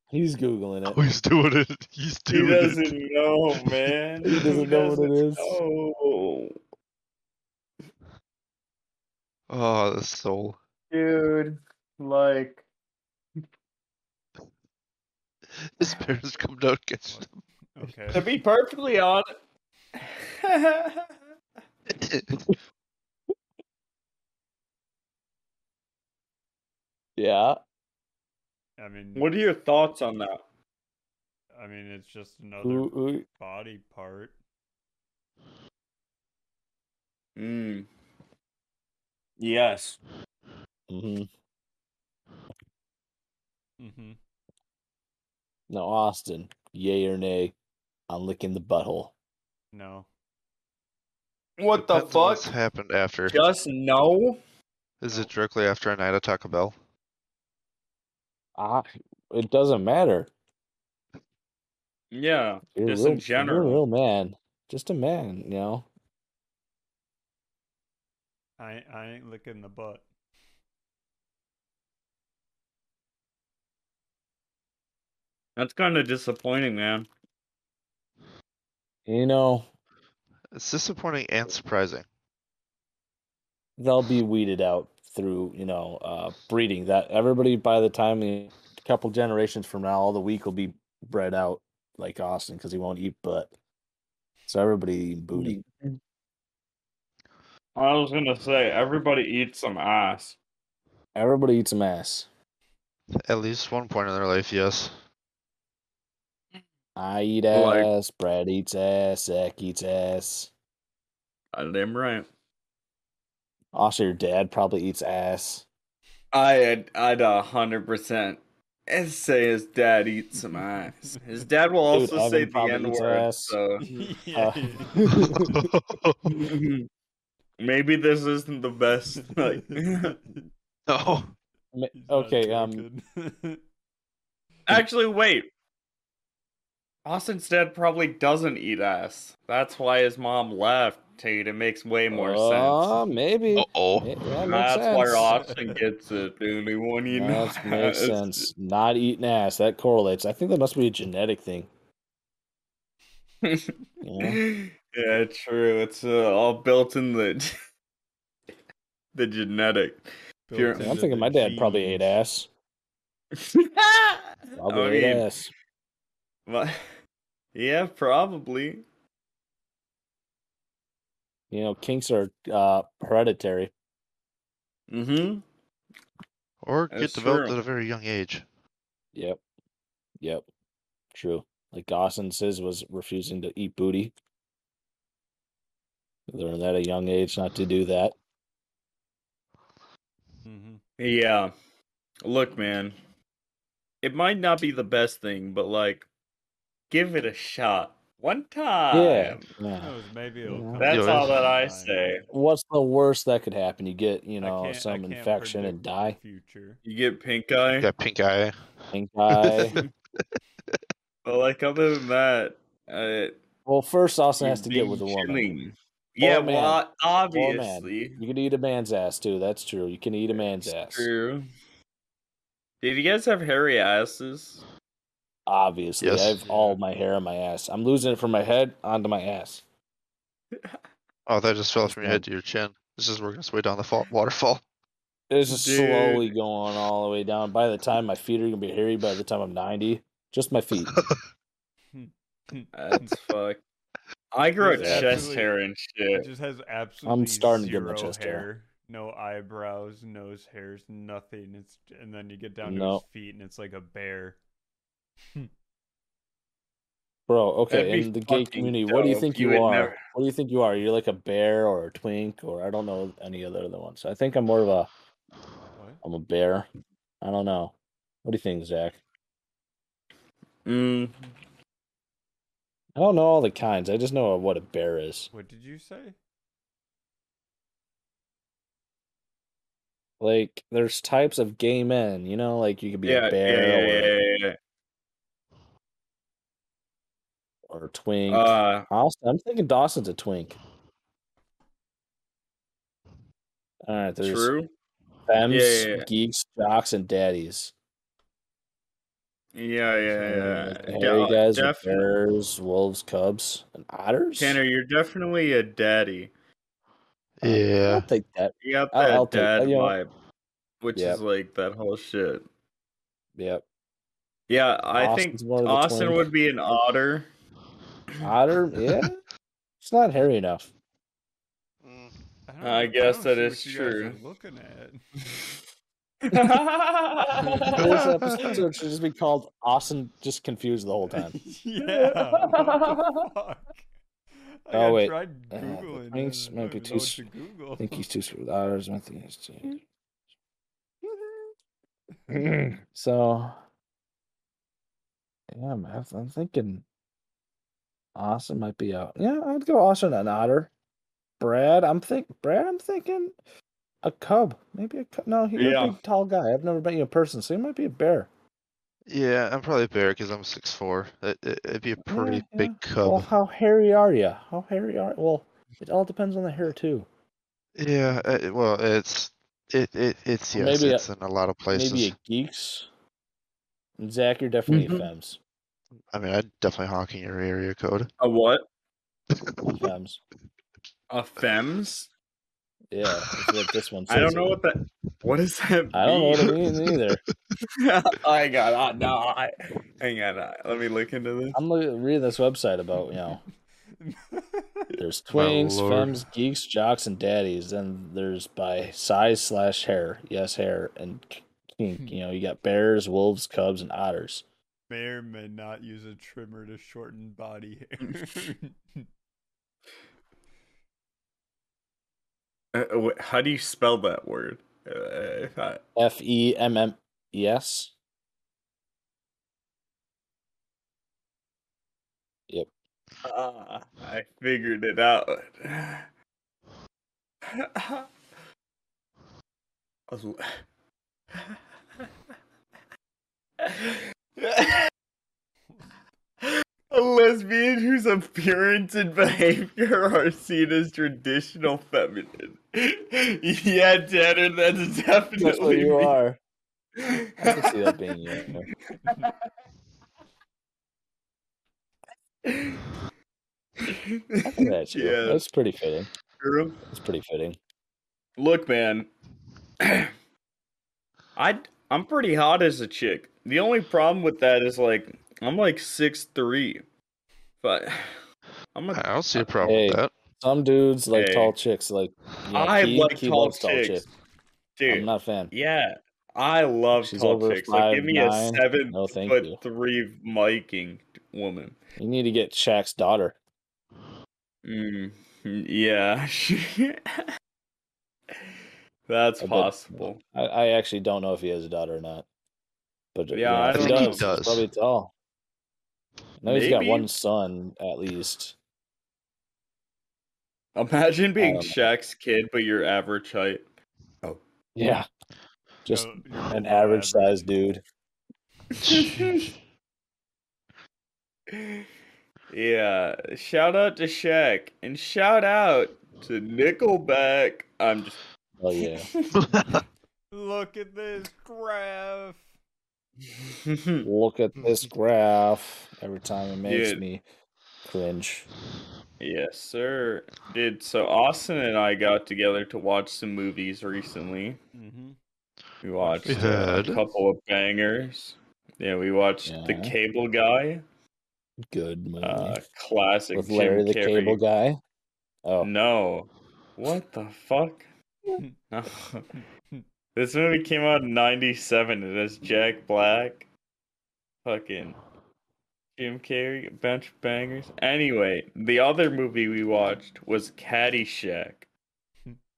He's googling
Oh,
it.
he's doing it. He's
He
doing it.
doesn't know, man.
He doesn't know what it
doesn't
is.
know.
Oh, the soul.
Dude, like.
His parents come down and catch
To
Okay.
be perfectly honest,
him.
Yeah.
I mean,
what are your thoughts on that?
I mean, it's just another
Who, who,
body part.
Mm. Yes.
mhm.
Mm-hmm.
No, Austin. Yay or nay? I'm licking the butthole.
No.
What the
Depends on
fuck?
What's happened after?
Just no.
Is it directly after a night at Taco Bell?
Ah, it doesn't matter.
Yeah.
You're
Just
real,
in general.
You're a real man. Just a man, you know.
I I ain't licking the butt.
That's kind of disappointing, man.
You know,
It's disappointing and surprising.
they'll be weeded out through, you know, uh breeding. That everybody by the time a couple generations from now, all the weak will be bred out like Austin because he won't eat butt. So everybody eating booty.
I was gonna say everybody eats some ass.
Everybody eats some ass.
At least one point in their life, yes.
I eat
Like-
ass, Brad eats ass, Zach eats ass.
I Uh, damn right.
Also, your dad probably eats ass.
I I'd a hundred percent and say his dad eats some ass. His dad will
Dude,
also
Evan
say the
probably
N
eats
word.
ass.
So
Uh,
yeah.
maybe this isn't the best. Like,
no.
Ma-
He's not
Okay, um,
joking.
actually, wait. Austin's dad probably doesn't eat ass. That's why his mom left. Dude, it makes way more
uh,
sense.
maybe.
Uh
Ma-
oh.
yeah, it makes
That's where
sense.
Austin gets it, dude. He won't eat no
That makes
ass.
sense. Not eating ass. That correlates. I think that must be a genetic thing. you know?
yeah, true. It's uh, all built in the the genetic.
Built
you're-
into
I'm thinking
the
my dad probably ate
genes.
ass. Probably
I
ate
mean,
ass.
my- yeah, probably.
You know, kinks are uh, hereditary.
Mm-hmm.
Or
That's
get developed
true.
at a very young age.
Yep. Yep. True. Like Dawson says was refusing to eat booty. Learned that at a young age not to do that.
Mm-hmm.
Yeah. Look, man. It might not be the best thing, but like give it a shot. One time.
Yeah.
Who
yeah.
knows? Maybe it'll
Yeah.
come
That's
back
Yo,
all
it's-
that I
online.
say.
What's the worst that could happen? You get, you
I
know,
can't- I
some
can't
infection
predict
and die.
the Future.
You get pink eye.
Got pink eye.
Pink eye.
But like other than that, uh,
well, first Austin
you're
has to get with a
being
woman.
chilling. Yeah,
man.
well, o-
Or a man.
obviously.
You can eat a man's ass too. That's true. You can eat a man's
It's
ass.
True. Did you guys have hairy asses?
Obviously,
Yes.
I have all my hair on my ass. I'm losing it from my head onto my ass.
Oh, that just fell from your head to your chin. This is working its way down the fall- waterfall.
It's just
Dude.
slowly going all the way down. By the time my feet are gonna be hairy, by the time I'm 90, just my feet.
That's fuck. I grew a
There's
chest
absolutely-
hair and
It
shit.
just has absolutely
starting to get my
zero
chest hair.
hair. No eyebrows, nose hairs, nothing. It's and then you get down to
No.
his feet and it's like a bear.
Bro,
That'd
okay,
be
in the
fucking
gay community, what do you
dope.
think
You
you,
would
are?
never-
What do you think you are? You're like a bear or a twink or I don't know any other other ones. I think I'm more of a
What?
I'm a bear. I don't know. What do you think, Zach?
Mm,
I don't know all the kinds. I just know what a bear is.
What did you say?
Like there's types of gay men, you know, like you could be
yeah,
a
yeah,
bear
yeah,
or,
yeah, yeah,
or a twink.
yeah. Uh,
Austin, I'm thinking Dawson's a twink. All right, there's
true.
femmes,
Yeah, yeah, yeah.
geeks, jocks, and daddies.
Yeah, yeah, yeah.
Hairy
Yeah,
guys, with
definitely.
bears, wolves, cubs, and otters.
Tanner, you're definitely a daddy.
Yeah.
I'll take that.
You got
I'll-
that
I'll take-
dad
you know-
vibe, which
Yep.
is like that whole shit.
Yep.
Yeah, I
Austin's
think
one of the
Austin
twins.
would be an otter.
Otter, yeah. It's not hairy enough.
Mm.
don't
I
know-
guess
don't
that
see
is
what you guys are
true.
looking at.
This episode should just be called Austin Just Confused the whole time.
yeah. What the fuck? Like,
Oh,
I
wait.
tried
Uh, the
googling. and
links
I
might
don't
be
even
too
know what
s-
to Google.
I think he's too screwed. Otters, I think he's
Mm-hmm.
too. so, yeah, I'm, I'm- I'm thinking Austin might be out. Yeah, I'd go Austin and Otter. Brad, I'm think Brad, I'm thinking a cub, maybe a cub. No, he's
Yeah.
a big, tall guy. I've never met you in person, so he might be a bear.
Yeah, I'm probably a bear because I'm 6'4. It, it, it'd be a pretty
yeah.
big cub.
Well, how hairy are you? How hairy are? Well, it all depends on the hair too.
Yeah, uh, well, it's it it it's
Or
yes,
maybe a-
it's in a lot of places. Mm-hmm.
Maybe a geeks. And Zach, you're definitely
Mhm.
a femmes.
I mean, I'd definitely hawk in your area code.
a what?
Femmes.
A fems?
Yeah, that's what this one.
I don't
says
know
here.
what that. What is that?
I don't know what
mean?
it means either.
I got uh, no. I, hang on, uh, let me look into this.
I'm looking, reading this website about you know there's
My
twinks,
lord.
femmes, geeks, jocks, and daddies. Then there's by size slash hair. Yes, hair and kink. You know you got bears, wolves, cubs, and otters.
may or may not use a trimmer to shorten body hair.
Uh, wh- how do you spell that word? Uh, if I-
F E M M E S.
ah, I figured it out. A lesbian whose appearance and behavior are seen as traditional feminine. yeah, Tanner, that's definitely
That's what you
me.
are. I can see that being you. Look at you.
Yeah.
That's pretty fitting.
True.
That's pretty fitting.
Look, man, I I'm pretty hot as a chick. The only problem with that is like I'm like six three, but I'm
I
a
don't see a problem with
Hey.
that.
Some dudes like
Hey.
tall chicks. Like you know,
I
he-
like
he
tall
loves
chicks,
I'm
dude.
not a fan.
Yeah, I love
She's
tall
over
chicks. Like, give me a
5'9"?
seven
No, thank
foot
you.
three Viking woman.
You need to get Shaq's daughter.
Mm, yeah. That's
I bet-
possible.
I, I actually don't know if he has a daughter or not. But
Yeah,
you know,
I
if
don't know.
he's Probably tall. I know he's got
Maybe.
one son at least.
Imagine being
don't know.
Shaq's kid, but your average height.
Yeah, just
So, you're
Oh,
an
below
average sized dude.
yeah. Shout out to Shaq and shout out to Nickelback. I'm just
Oh yeah,
Look at this graph.
look at this graph. Every time it makes
Dude.
me cringe.
Yes, sir. Dude, so Austin and I got together to watch some movies recently.
Mm-hmm.
We watched
We
uh,
did.
a couple of bangers. Yeah, we watched The
Yeah.
Cable Guy,
Good movie
uh, classic
with
Jim
Larry the
Carrey.
Cable Guy. Oh,
No. What the fuck? No. this movie came out in 97. It has Jack Black, fucking Jim Carrey, a bunch of bangers. Anyway, the other movie we watched was Caddyshack.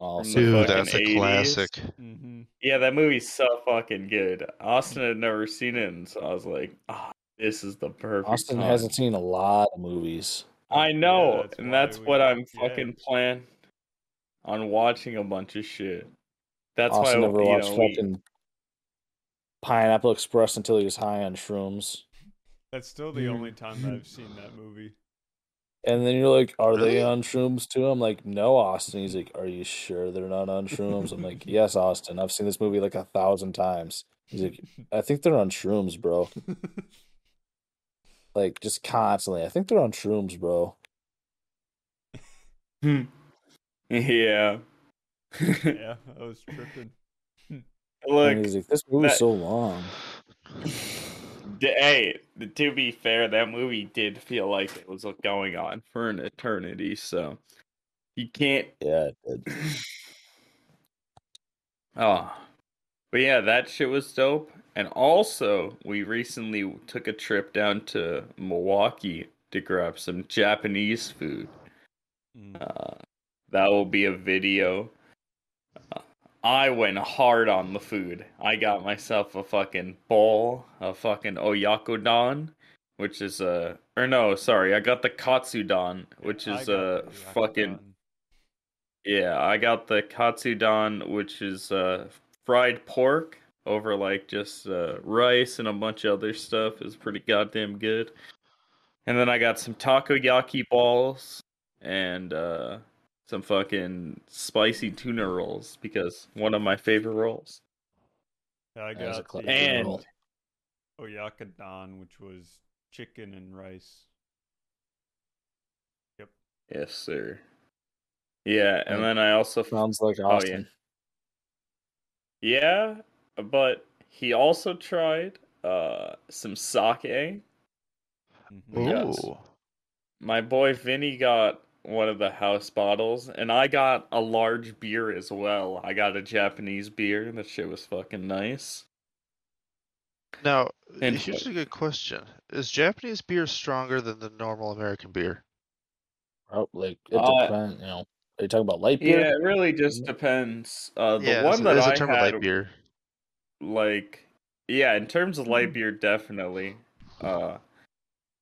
awesome.
Dude,
fucking
that's a
80s.
classic.
Mm-hmm.
Yeah, that movie's so fucking good. Austin had never seen it, and so I was like, ah, this is the perfect
Austin
time."
hasn't seen a lot of movies.
I know,
that's
and
why
that's
we-
what I'm
yeah.
fucking planning on watching a bunch of shit. That's
Austin
why
never
you
watched
know, we-
fucking Pineapple Express until he was high on shrooms.
That's still the only time that I've seen that movie.
And then you're like, "Are
Really?
they on shrooms too?" I'm like, "No, Austin." He's like, "Are you sure they're not on shrooms?" I'm like, "Yes, Austin. I've seen this movie like a thousand times." He's like, "I think they're on shrooms, bro." Like just constantly. I think they're on shrooms, bro.
Hmm. Yeah. Look,
yeah, I was tripping.
and he's like, "This movie's
that-
so long."
d- hey, to be fair, that movie did feel like it was going on for an eternity, so you can't.
Yeah, it did.
Oh. But yeah, that shit was dope. And also, we recently took a trip down to Milwaukee to grab some Japanese food.
Mm.
Uh, that will be a video. Uh, I went hard on the food. I got myself a fucking bowl, a fucking oyakodon, which is a or no, sorry, I got the katsudon, which
I
is
got
a
the
fucking
Yakuza.
yeah. I got the katsudon, which is uh fried pork over like just uh, rice and a bunch of other stuff. It's pretty goddamn good. And then I got some takoyaki balls and uh, some fucking spicy tuna rolls because one of my favorite rolls.
I
That was a
got the
classic
And-
role.
Oyakadon, which was chicken and rice.
Yes, sir. Yeah, and
Mm.
then I also f- oh,
sounds like
yeah.
Austin.
yeah, but he also tried uh some sake.
Mhm.
Yes.
Ooh.
My boy Vinny got one of the house bottles, and I got a large beer as well. I got a Japanese beer, and that shit was fucking nice.
Now,
And-
here's a good question: Is Japanese beer stronger than the normal American beer?
Oh, like it
Uh,
depends. You know, are you talking about light
Yeah,
beer?
it really just depends. Uh, the one
yeah, there's, a-
that
there's
I
a term
had,
of light beer.
like, yeah, in terms of
Mm-hmm.
light beer, definitely, uh,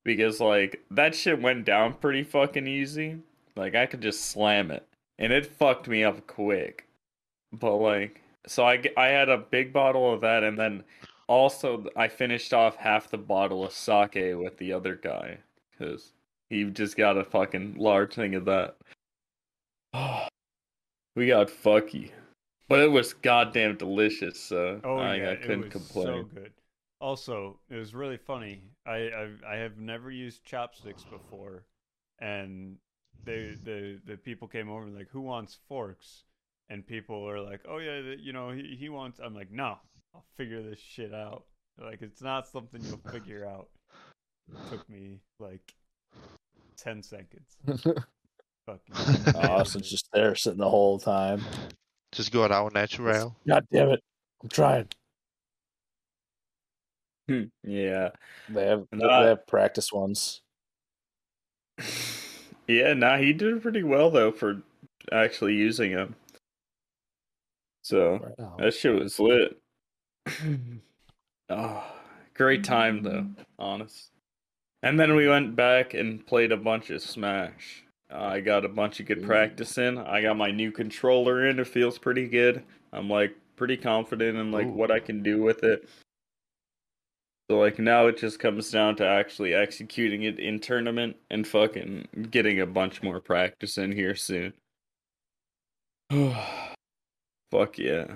because like that shit went down pretty fucking easy. Like I could just slam it, and it fucked me up quick. But like, so I g- I had a big bottle of that, and then also I finished off half the bottle of sake with the other guy because he just got a fucking large thing of that. we got fucky, but it was goddamn delicious. So
Oh
I,
yeah,
I couldn't
it was so
complain.
good. Also, it was really funny. I I've, I have never used chopsticks before, and they the the people came over and like, who wants forks? And people were like, oh yeah, the- you know he he wants. I'm like, no, I'll figure this shit out. Like it's not something you'll figure out. took me like ten seconds. Fucking nailed
Oh, Austin's
it.
just there sitting the whole time.
Just going out natural.
God damn it! I'm trying.
yeah.
They have they
Nah.
have practice ones.
yeah, nah, he did pretty well though for actually using him. So
Right.
Oh,
that shit was lit. oh, great time though, honest. And then we went back and played a bunch of Smash. I got a bunch of good practice in. I got my new controller in. It feels pretty good. I'm like pretty confident in like
Ooh.
what I can do with it. So like now it just comes down to actually executing it in tournament and fucking getting a bunch more practice in here soon. Fuck yeah.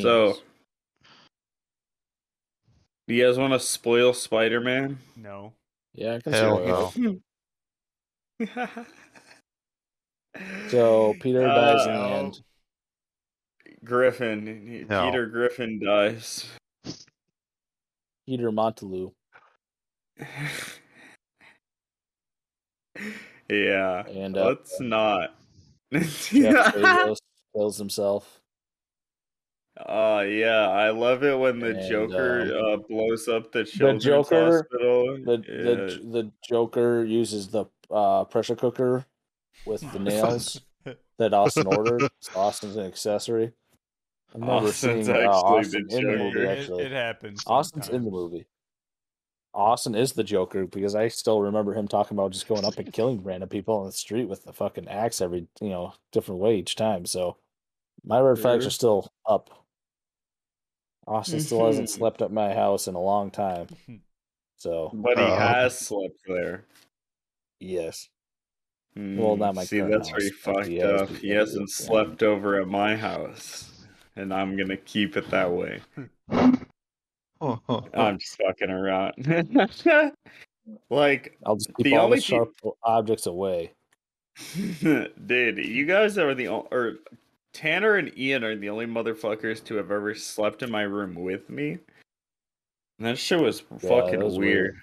So, do you guys want to spoil Spider Man?
No.
yeah, I can
Hell
see
no.
that. So Peter dies in the
Uh, no.
end.
Uh, Griffin,
No.
Peter Griffin dies.
Peter Montaloo.
yeah,
And, uh,
let's not.
Jeff Bezos kills himself.
Oh yeah, I love it when the
And,
Joker
um,
uh, blows up the children's
Joker-
hospital.
The the the Joker uses the uh, pressure cooker with the nails that Austin ordered. So Austin's an accessory. I remember
Austin's
seeing uh,
actually
Austin
the
in the movie.
Joker.
It,
Actually,
it happens.
Austin's in
sometimes.
the movie. Austin is the Joker because I still remember him talking about just going up and killing random people on the street with the fucking axe every you know different way each time. So my red flags
Sure.
are still up. Austin still hasn't
Mhm.
slept at my house in a long time. So
but he
Oh.
has slept there.
yes, Well, not my
Hmm, See,
current
that's where he
house, but
fucked
he has
up.
been
He
there,
hasn't
yeah.
slept over at my house, and I'm gonna keep it that way.
Um,
I'm just fucking around. like,
I'll just keep
The
all
only
the
thing-
sharp objects away.
dude, you guys are the only, or Tanner and Ian are the only motherfuckers to have ever slept in my room with me. And that shit was
Yeah,
fucking
that was
weird.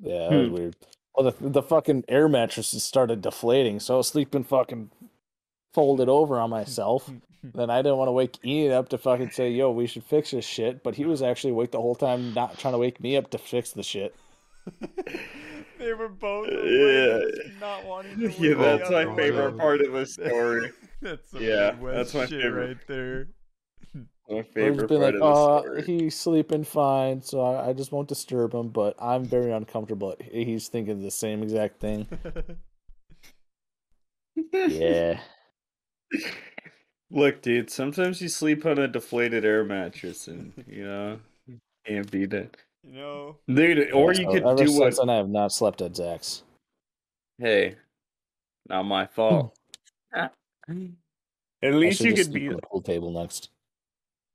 Yeah, that was
Hmm.
weird. Well, the the fucking air mattresses started deflating, so I was sleeping fucking folded over on myself. Then I didn't want to wake Ian up to fucking say, "Yo, we should fix this shit," but he was actually awake the whole time, not trying to wake me up to fix the shit.
they were both
Yeah.
awake, just not wanting to
Yeah,
wake
that's
the
my
other one
favorite
up.
part of the story.
that's some
Yeah,
Midwest
that's my
shit
favorite.
right there.
My
Or just
favorite
been
part
like,
of the
"Oh,
story.
he's sleeping fine, so I, I just won't disturb him," but I'm very uncomfortable. He's thinking the same exact thing. Yeah,
Look, dude, sometimes you sleep on a deflated air mattress and, you know, can't beat it.
you know,
Dude, or you
So
could
ever
do what.
since then, I have not slept at Zach's.
Hey, not my fault. Oh. At least
I
you
should just
could
sleep
be.
on the pool table next.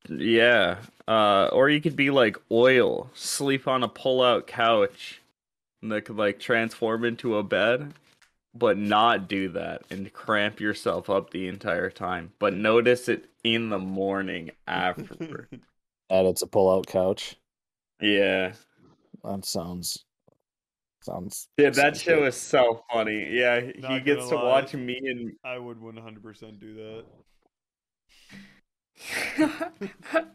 Yeah. Uh, or you could be like oil, sleep on a pull out couch and that could like transform into a bed, but not do that and cramp yourself up the entire time. But notice it in the morning afterward.
And it's a pull-out couch.
yeah.
That sounds sounds.
Dude, that
sounds
show
good.
is so funny. Yeah, he
Not
gets to
gonna lie.
watch me and
I would 100% do that.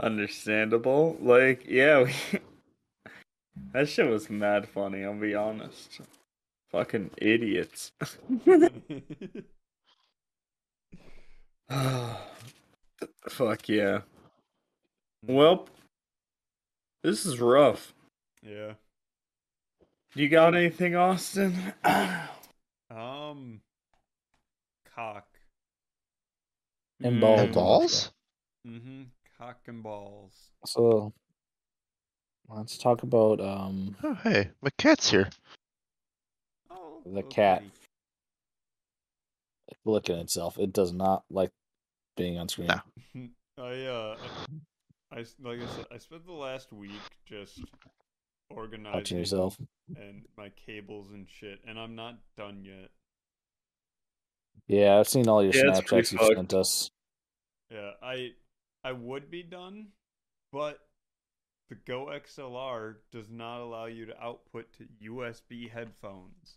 Understandable. Like, yeah, we... that shit was mad funny. I'll be honest. Fucking idiots. Fuck yeah. Well, this is rough.
yeah.
You got anything, Austin?
Um, cock. Hmm.
And ball
Mm,
balls?
Mm-hmm. Cock and balls.
So let's talk about um
Oh, hey, my cat's here.
Oh,
The
little
cat.
kitty.
licking itself. It does not like being on screen.
No.
I uh, I s- like I said, I spent the last week just
Touching
organizing
yourself.
and my cables and shit, and I'm not done yet.
Yeah, I've seen all your
Yeah, it's pretty
Snapchats you
fucked.
sent us.
Yeah, I I would be done, but the Go XLR does not allow you to output to USB headphones.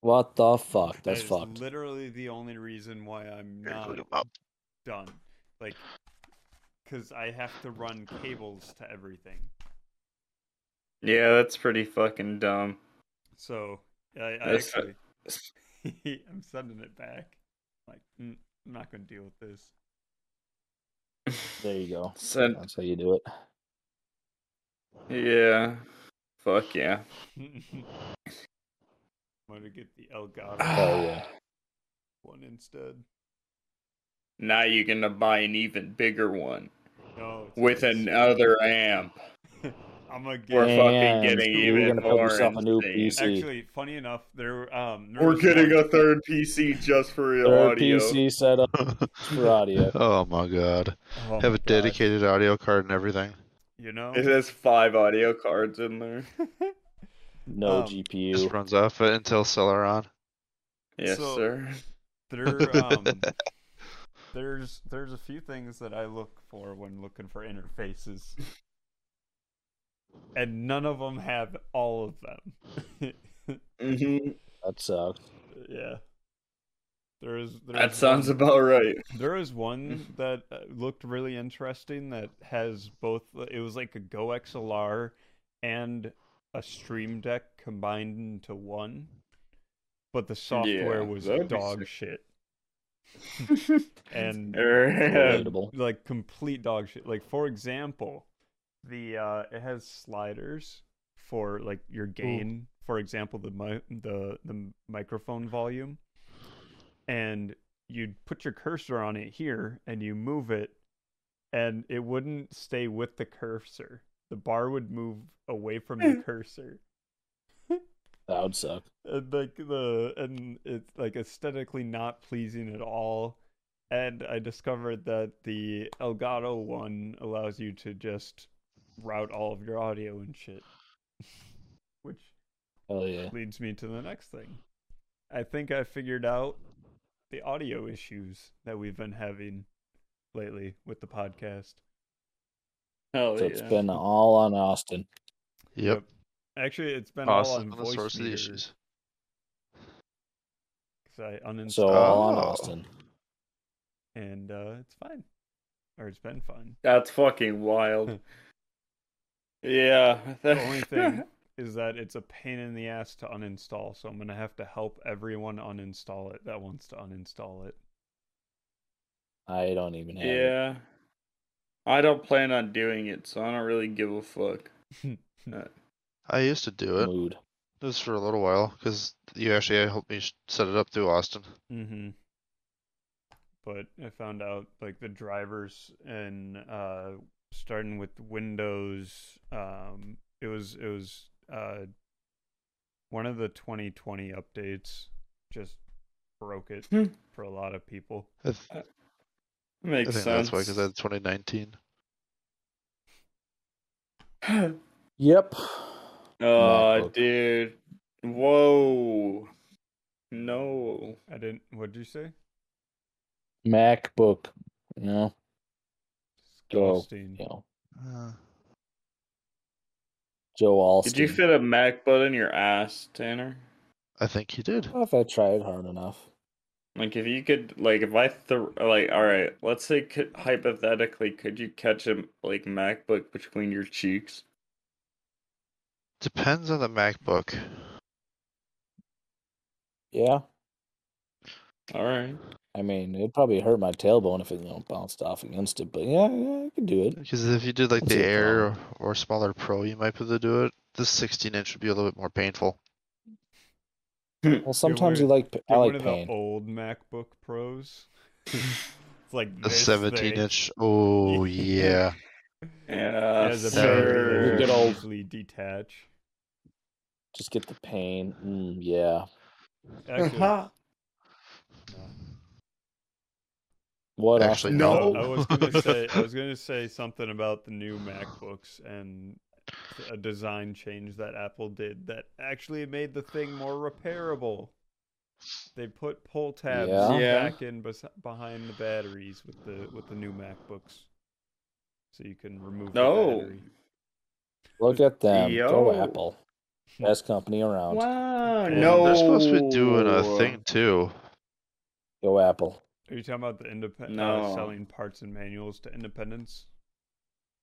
What the fuck?
That
That's
is
fucked.
literally the only reason why I'm
Here,
not
put 'em up.
done. Like, because I have to run cables to everything.
Yeah, that's pretty fucking dumb.
So I, I
That's-
actually, I'm sending it back. Like, "Mm, I'm not gonna deal with this.
There you go.
Sent.
That's how you do it.
Yeah. Fuck yeah.
I'm gonna get the Elgato
Oh yeah.
one instead.
Now you're gonna buy an even bigger one
No, it's
with
nice.
another amp.
I'm gonna get.
We're fucking
And
getting
you're
even
gonna build
more
yourself a new
insane.
PC.
Actually, funny enough, there um there
We're
was
getting
one-
a third PC just for the
Third
audio.
PC setup for audio.
Oh my god.
Oh
Have
my
a
God,
dedicated audio card and everything.
You know,
It has five audio cards in there.
No
Um,
Just
GPU.
runs off it until Celeron.
Yes,
So-
sir.
there um there's there's a few things that I look for when looking for interfaces, and none of them have all of them.
hmm
That sucks.
yeah, there is. There
That
is
sounds
one-
about right.
There is one that uh, looked really interesting that has both. It was like a Go XLR and a Stream Deck combined into one, but the software
Yeah,
was
that'd be
dog
sick.
shit and
Er,
Relatable.
like complete dog shit. Like for example, the uh, it has sliders for like your gain. For example, the mi- the the m- microphone volume, and you'd put your cursor on it here, and you move it, and it wouldn't stay with the cursor. The bar would move away from the cursor.
That would suck.
and like the and it's like aesthetically not pleasing at all and i discovered that the elgato one allows you to just route all of your audio and shit which
Hell yeah.
leads me to the next thing i think i figured out the audio issues that we've been having lately with the podcast
Hell
Oh,
So it's been all on Austin.
Yep.
actually it's been
Austin's
all
been
on
the
voice
source of the
meters,
issues.
'cause i uninstalled
So all on
Oh.
Austin.
and uh it's fine or it's been fine
That's fucking wild. yeah.
The only thing is that it's a pain in the ass to uninstall, so I'm gonna have to help everyone uninstall it that wants to uninstall it.
I don't even have it.
Yeah. I don't plan on doing it, so I don't really give a fuck.
I used to do it.
mood.
This for a little while because you actually uh, helped me sh- set it up through Austin.
Mm-hmm. But I found out like the drivers and uh, starting with Windows, um, it was it was uh, one of the 2020 updates just broke it
Hmm.
for a lot of people.
I, th- I
Makes sense.
think that's why because I had 2019.
Yep.
oh,
MacBook.
dude. Whoa. No.
I didn't. What'd you say?
MacBook. You know, Go.
Disgusting.
you know,
Uh,
Joe Alston.
Did you fit a Mac butt in your ass, Tanner?
I think he did.
What if I tried hard enough?
Like, if you could, like, if I, th- like, all right, let's say could, hypothetically, could you catch a like MacBook between your cheeks?
Depends on the MacBook.
Yeah.
All right.
I mean, it'd probably hurt my tailbone if it you know, bounced off against it, but yeah, yeah, I could do it.
Because if you did like
That's
the
a
Air or,
problem.
or smaller Pro, you might be able to do it. The 16 inch would be a little bit more painful.
Well, sometimes you
one
like p- I
Get
like
one of
pain.
the old MacBook Pros. it's like
The
this
17
thing.
inch. Oh
Yeah.
yeah.
It
Yeah,
has a
sir.
battery that
Good
you can
old-
easily detach.
Just get the pain. Mm, yeah.
Actually,
Uh-huh.
What?
Actually,
Austin?
no.
I was gonna say I was gonna say something about the new MacBooks and a design change that Apple did that actually made the thing more repairable. They put pull tabs
Yeah.
Yeah.
back in bes- behind the batteries with the with the new MacBooks, so you can remove
No.
the battery.
Look at them.
Yo.
Go Apple. Best company around.
Wow,
Yeah,
no.
They're supposed to be doing a thing too.
Go Apple.
Are you talking about the independent
No.
uh, selling parts and manuals to independents?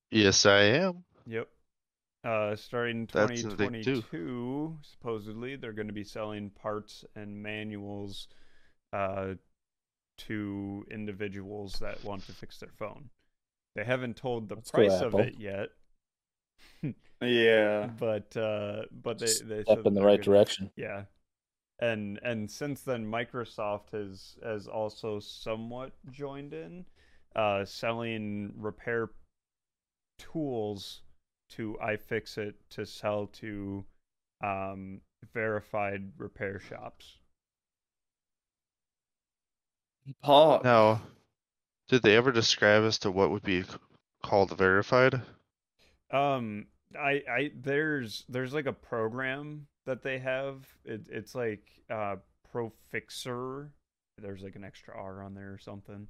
Yes, I am.
Yep. Uh, starting
That's a thing, too.
2022, supposedly they're going to be selling parts and manuals uh, to individuals that want to fix their phone. They haven't told the
Let's go,
price of
Apple.
it yet,
Yeah.
but uh, but they,
Just
they said
Step in the
they're
right
gonna-
direction.
yeah. And and since then Microsoft has has also somewhat joined in uh selling repair tools to iFixit to sell to um verified repair shops.
Paul.
Now, did they ever describe as to what would be c- called verified?
Um I I there's there's like a program that they have. It, it's like uh Profixer. There's like an extra R on there or something.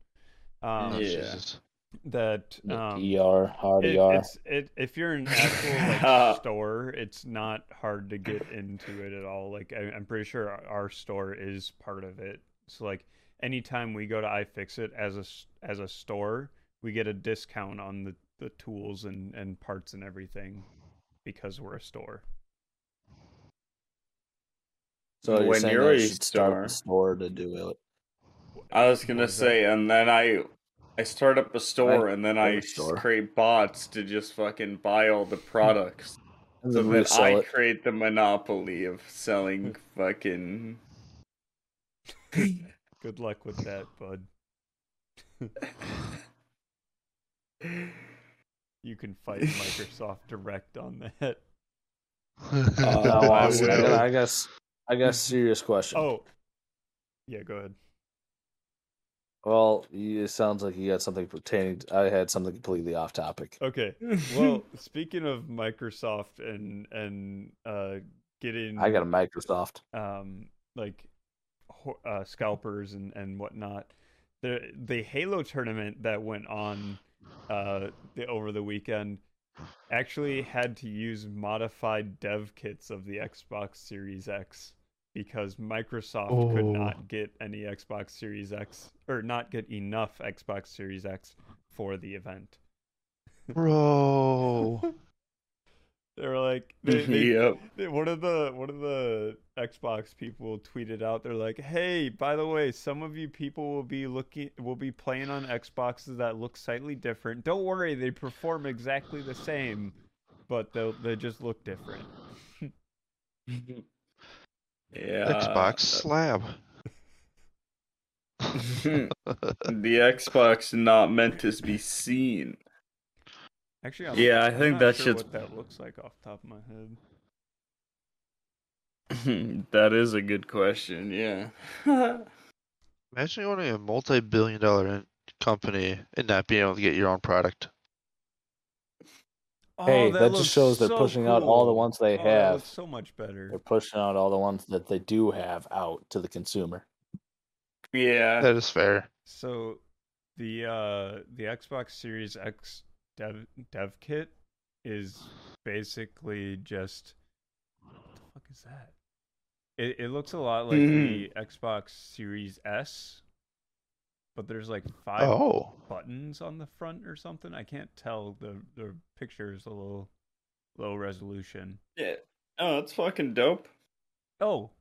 Um
Oh,
Yeah.
Jesus.
that
The
um
ER, hard
It,
ER.
it's it if you're an actual like, store, it's not hard to get into it at all. Like I, I'm pretty sure our, our store is part of it. So like anytime we go to iFixit as a s- as a store, we get a discount on the the tools and and parts and everything because we're a store.
So you're
When
saying
you're
they
a
should start
star-
the store to do it.
I was
What
gonna
is that?
say, and then I, I start up a store, and then
I have
I
a store.
create bots to just fucking buy all the products.
And
so
then
then I
resell it.
create the monopoly of selling fucking.
Good luck with that, bud. You can fight Microsoft direct on that.
Oh,
Now,
I
I,
will.
got, I guess I got a serious question.
Oh, yeah, go ahead.
Well, you- it sounds like you got something pertaining. To, I had something completely off topic.
Okay. Well, speaking of Microsoft and and uh, getting
I got a Microsoft.
um like ho- uh, scalpers and and whatnot, the the Halo tournament that went on uh the, over the weekend actually had to use modified dev kits of the Xbox Series X because Microsoft could
Oh.
not get any Xbox Series X or not get enough Xbox Series X for the event.
Bro.
They were like, they, they,
yep.
they- one of the one of the Xbox people tweeted out. They're like, "Hey, by the way, some of you people will be looking, will be playing on Xboxes that look slightly different. Don't worry, they perform exactly the same, but they will they just look different."
Yeah.
Xbox slab.
Xbox. the Xbox not meant to be seen.
Actually, I'm,
Yeah, I
I'm
think
not
that
sure
shit's-
what that looks like off the top of my head.
that is a good question. Yeah.
Imagine owning a multi-billion dollar in- company and not being able to get your own product.
hey,
Oh,
that,
looks
just shows they're
so
pushing out all the
cool.
ones they
Oh, that
have.
looks so much better.
They're pushing out all the ones that they do have out to the consumer.
yeah.
That is fair.
So the uh the Xbox Series X dev dev kit is basically just what the fuck is that? It it looks a lot like the Xbox Series S, but there's like five
Oh.
buttons on the front or something. I can't tell. The the picture is a little low resolution.
yeah. Oh, that's fucking dope.
Oh,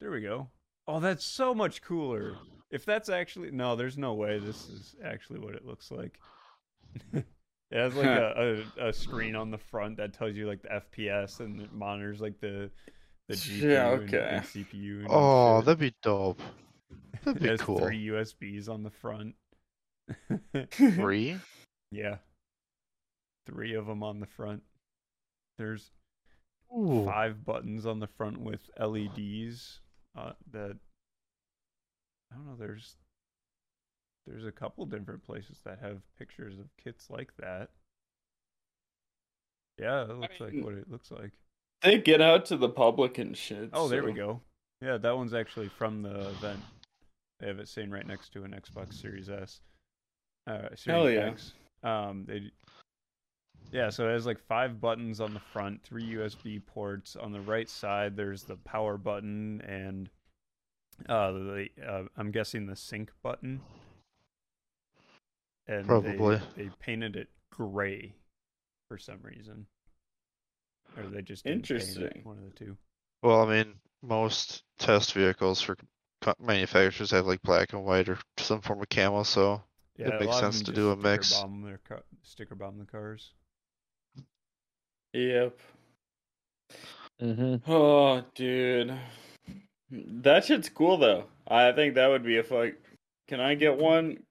there we go. Oh, that's so much cooler. If that's actually no, there's no way this is actually what it looks like. it has like a, a, a screen on the front that tells you like the FPS and it monitors like the the GPU
Yeah,
and- and,
okay.
CPU. And
Oh,
shit.
that'd be dope. That'd
It
be
has
cool.
Three USBs on the front.
Three?
yeah, three of them on the front. There's
Ooh.
five buttons on the front with LEDs. Uh, that I don't know. There's there's a couple different places that have pictures of kits like that. Yeah, it looks
mean-
like what it looks like.
They get out to the public and shit.
Oh, there we
so-
go. Yeah, that one's actually from the event. They have it sitting right next to an Xbox Series S. Uh, Series
Hell yeah.
X. Um, they, yeah, so it has like five buttons on the front, three USB ports. On the right side, there's the power button and uh, the uh, I'm guessing the sync button. And they-
Probably.
they painted it gray for some reason. or they just didn't pay me,
Interesting.
One of the two.
Well, I mean, most test vehicles for co- manufacturers have like black and white or some form of camo, so
Yeah, a
makes
lot of
sense
them
to do
just
a
sticker
mix.
Bomb their car- sticker bomb the cars.
Yep.
Mm-hmm.
Oh, dude. That shit's cool though. I think that would be a fuck. Can I get one?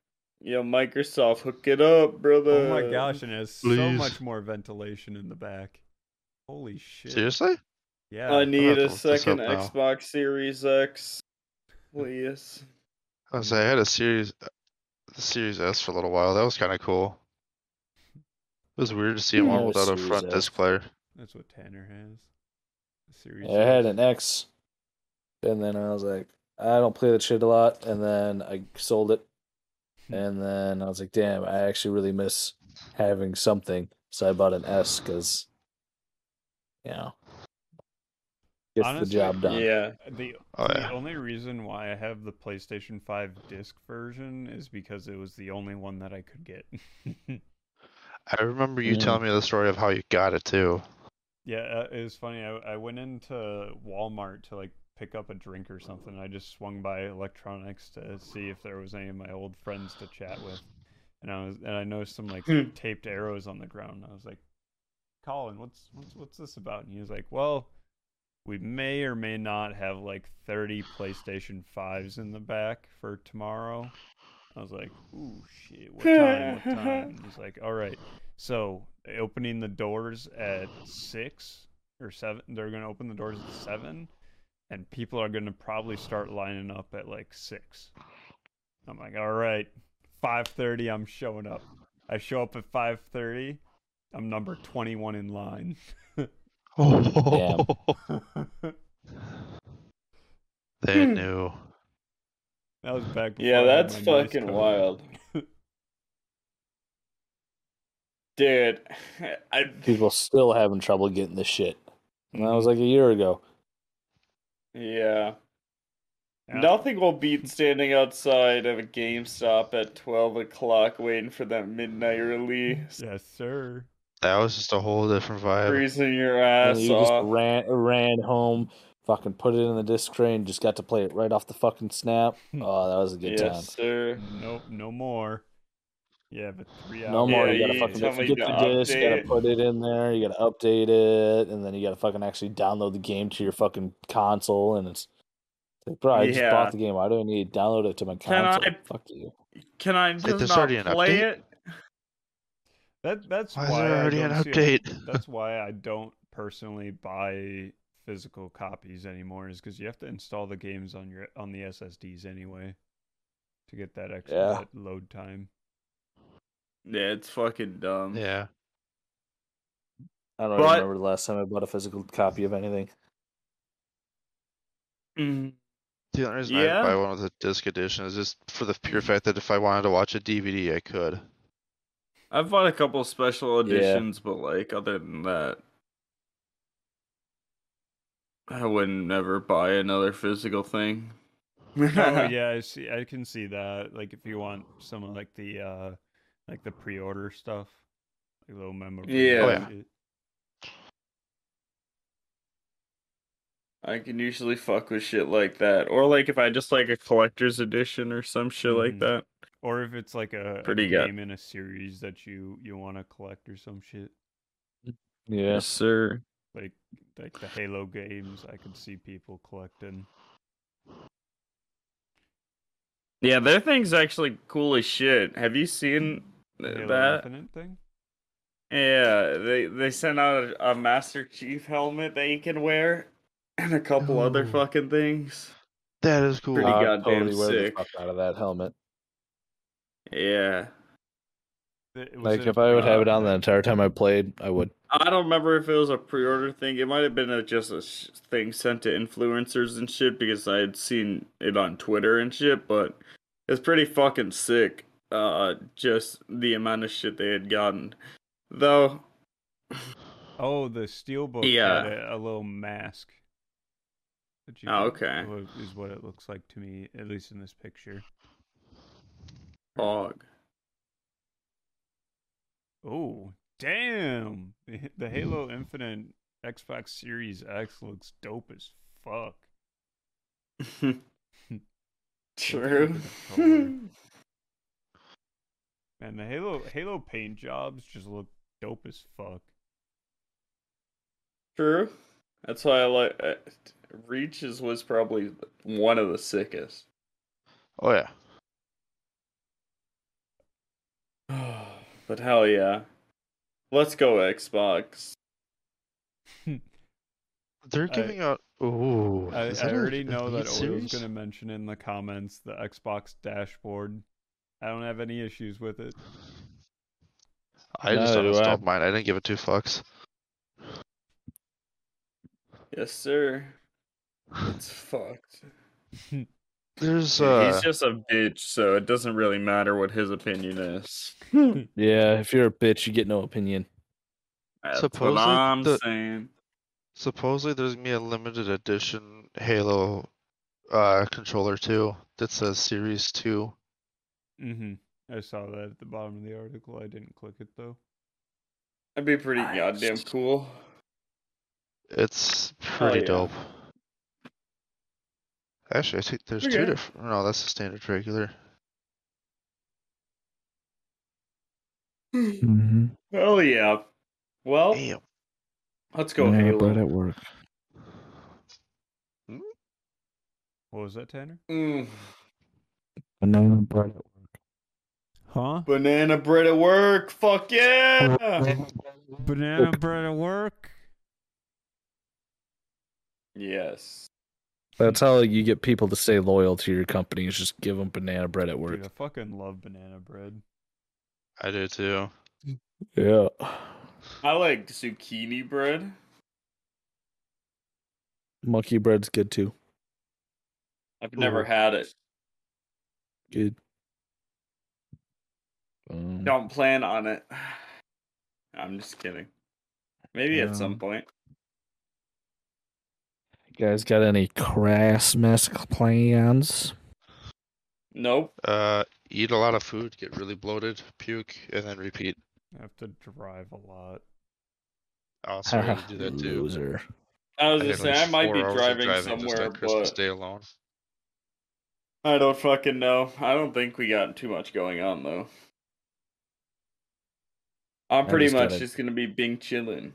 Yo, Microsoft, hook it up, brother.
Oh my gosh, and it has so
please.
much more ventilation in the back. Holy shit!
Seriously?
Yeah.
I need
to
a
look this up
second
now.
Xbox Series X, please.
I was I had a series, the Series S for a little while. That was kind of cool. It was weird to see
Yeah,
one
the
without a
Series
front
S.
disc player.
That's what Tanner has. The Series.
I had
X.
an X, and then I was like, I don't play that shit a lot, and then I sold it,
Hmm.
and then I was like, damn, I actually really miss having something, so I bought an S because, you know, gets
Honestly,
the job done.
Yeah.
The,
Oh,
the
yeah.
only reason why I have the PlayStation 5 disc version is because it was the only one that I could get.
I remember you
Mm.
telling me the story of how you got it too.
yeah, uh, it was funny. I, I went into Walmart to like pick up a drink or something. I just swung by electronics to see if there was any of my old friends to chat with. And I was and I noticed some like
Hmm.
taped arrows on the ground. I was like, Colin, what's what's what's this about? And he was like, Well, we may or may not have like 30 PlayStation 5s in the back for tomorrow. I was like, ooh, shit, what time? What time? And He's like, all right. So, opening the doors at 6 or 7. They're going to open the doors at 7, and people are going to probably start lining up at like 6. I'm like, all right, 5.30, I'm showing up. I show up at 5.30. I'm number 21 in line.
They
Hmm.
knew.
That was back before. I
Yeah,
had
that's
my nice
fucking
coat.
wild. Dude, I
People still having trouble getting this shit. And that
Hmm.
was like a year ago.
yeah.
Yeah.
Nothing will beat standing outside of a GameStop at twelve o'clock waiting for that midnight release,
Yes, sir.
That was just a whole different vibe.
freezing your
And
ass
you just
off.
ran ran home, fucking put it in the disc tray, and just got to play it right off the fucking snap. Oh, that was a good
Hmm. yes,
time.
sir.
Nope, no more. Yeah, but three hours.
No more.
Yeah,
you gotta
you
fucking
tell
get,
me
get
to
the disc. You gotta
update.
put it in there. You gotta update it, and then you gotta fucking actually download the game to your fucking console. And it's it's like, bro, I just
Yeah.
bought the game. Why do I need to download it to my
Can I-
console? Fuck you.
Can I
Like,
just
there's
not
already an
play
update?
it?
That that's
Why is
why
there
I
already an
don't see a-
update?
that's why I don't personally buy physical copies anymore. Is because you have to install the games on your on the SSDs anyway to get that extra
Yeah.
that load time.
Yeah, it's fucking dumb.
Yeah.
I don't
But-
remember the last time I bought a physical copy of anything.
Mm.
The only reason
Yeah.
I'd buy one with a disc edition is just for the pure fact that if I wanted to watch a DVD, I could.
I've bought a couple special
Yeah.
editions, but like other than that, I wouldn't never buy another physical thing.
oh yeah, I see. I can see that. Like if you want some of like the uh like the pre-order stuff, like little memorabilia.
Yeah.
Oh, yeah.
shit.
I can usually fuck with shit like that, or like if I just like a collector's edition or some shit
Mhm.
like that.
Or if it's like a, a
Pretty good.
game in a series that you you want to collect or some shit.
Yeah.
Yes, sir.
like like the Halo games, I could see people collecting.
Yeah, their thing's actually cool as shit. Have you seen th-
Halo
that?
Infinite thing.
Yeah, they they sent out a, a Master Chief helmet that you can wear, and a couple other
Ooh.
fucking things.
That is cool.
Pretty
I'd
goddamn
wear the
sick.
fuck out of that helmet.
Yeah.
Th- it was
Like
a-
if I would have
uh,
it on the entire time I played, I would.
I don't remember if it was a pre-order thing. It might have been a, just a sh- thing sent to influencers and shit because I had seen it on Twitter and shit. But it's pretty fucking sick. Uh, just the amount of shit they had gotten. Though,
Oh, the Steelbook
Yeah.
had a, a little mask. that you
Oh,
could-
okay.
wa- Is what it looks like to me, at least in this picture.
fog.
Oh, damn! The, H- the Halo Infinite Xbox Series X looks dope as fuck.
True.
controller.
Man, the Halo Halo paint jobs just look dope as fuck.
True. That's why I like uh, Reaches was probably one of the sickest.
Oh yeah.
but hell yeah. Let's go Xbox.
They're
I-
giving out. Ooh.
I,
is
I
that a-
already
an
know that
Elite
Odo's
series?
gonna mention in the comments the Xbox dashboard. I don't have any issues with it.
I just
No, do I.
uninstalled mine. I didn't give it two fucks.
Yes, sir. It's fucked.
There's
He's
uh.
just a bitch, so it doesn't really matter what his opinion is.
Hmm. Yeah, if you're a bitch, you get no opinion.
That's
Supposedly
what I'm
the-
saying.
Supposedly there's gonna be a limited edition Halo uh controller too that says Series Two.
hmm I saw that at the bottom of the article. I didn't click it though.
That'd be pretty
I-
goddamn cool.
It's pretty
yeah.
dope. Actually, I think there's two
Okay.
different. No, that's the standard regular.
Mm-hmm.
Hell yeah. Well,
Damn.
let's go Halo.
But at work.
What was that, Tanner?
Mm,
Banana bread at work.
Huh?
banana bread at work. Fuck yeah.
Banana bread at work.
yes.
That's how you get people to stay loyal to your company is just give them banana bread at work.
Dude, I fucking love banana bread.
I do too.
Yeah.
I like zucchini bread.
Monkey bread's good too.
I've never
Ooh.
had it.
Good. Um,
Mm.
Don't plan on it. I'm just kidding. Maybe at some
Um,
point.
You guys got any Christmas plans?
Nope.
Uh, eat a lot of food, get really bloated, puke, and then repeat.
I have to drive a lot.
I also really do that too.
Loser.
I was
I
just
did, like,
saying I might be
four hours of
driving,
just
somewhere,
on Christmas
but
Day alone.
I don't fucking know. I don't think we got too much going on though. I'm
I
pretty
just
much
gotta-
just gonna be bing chillin'.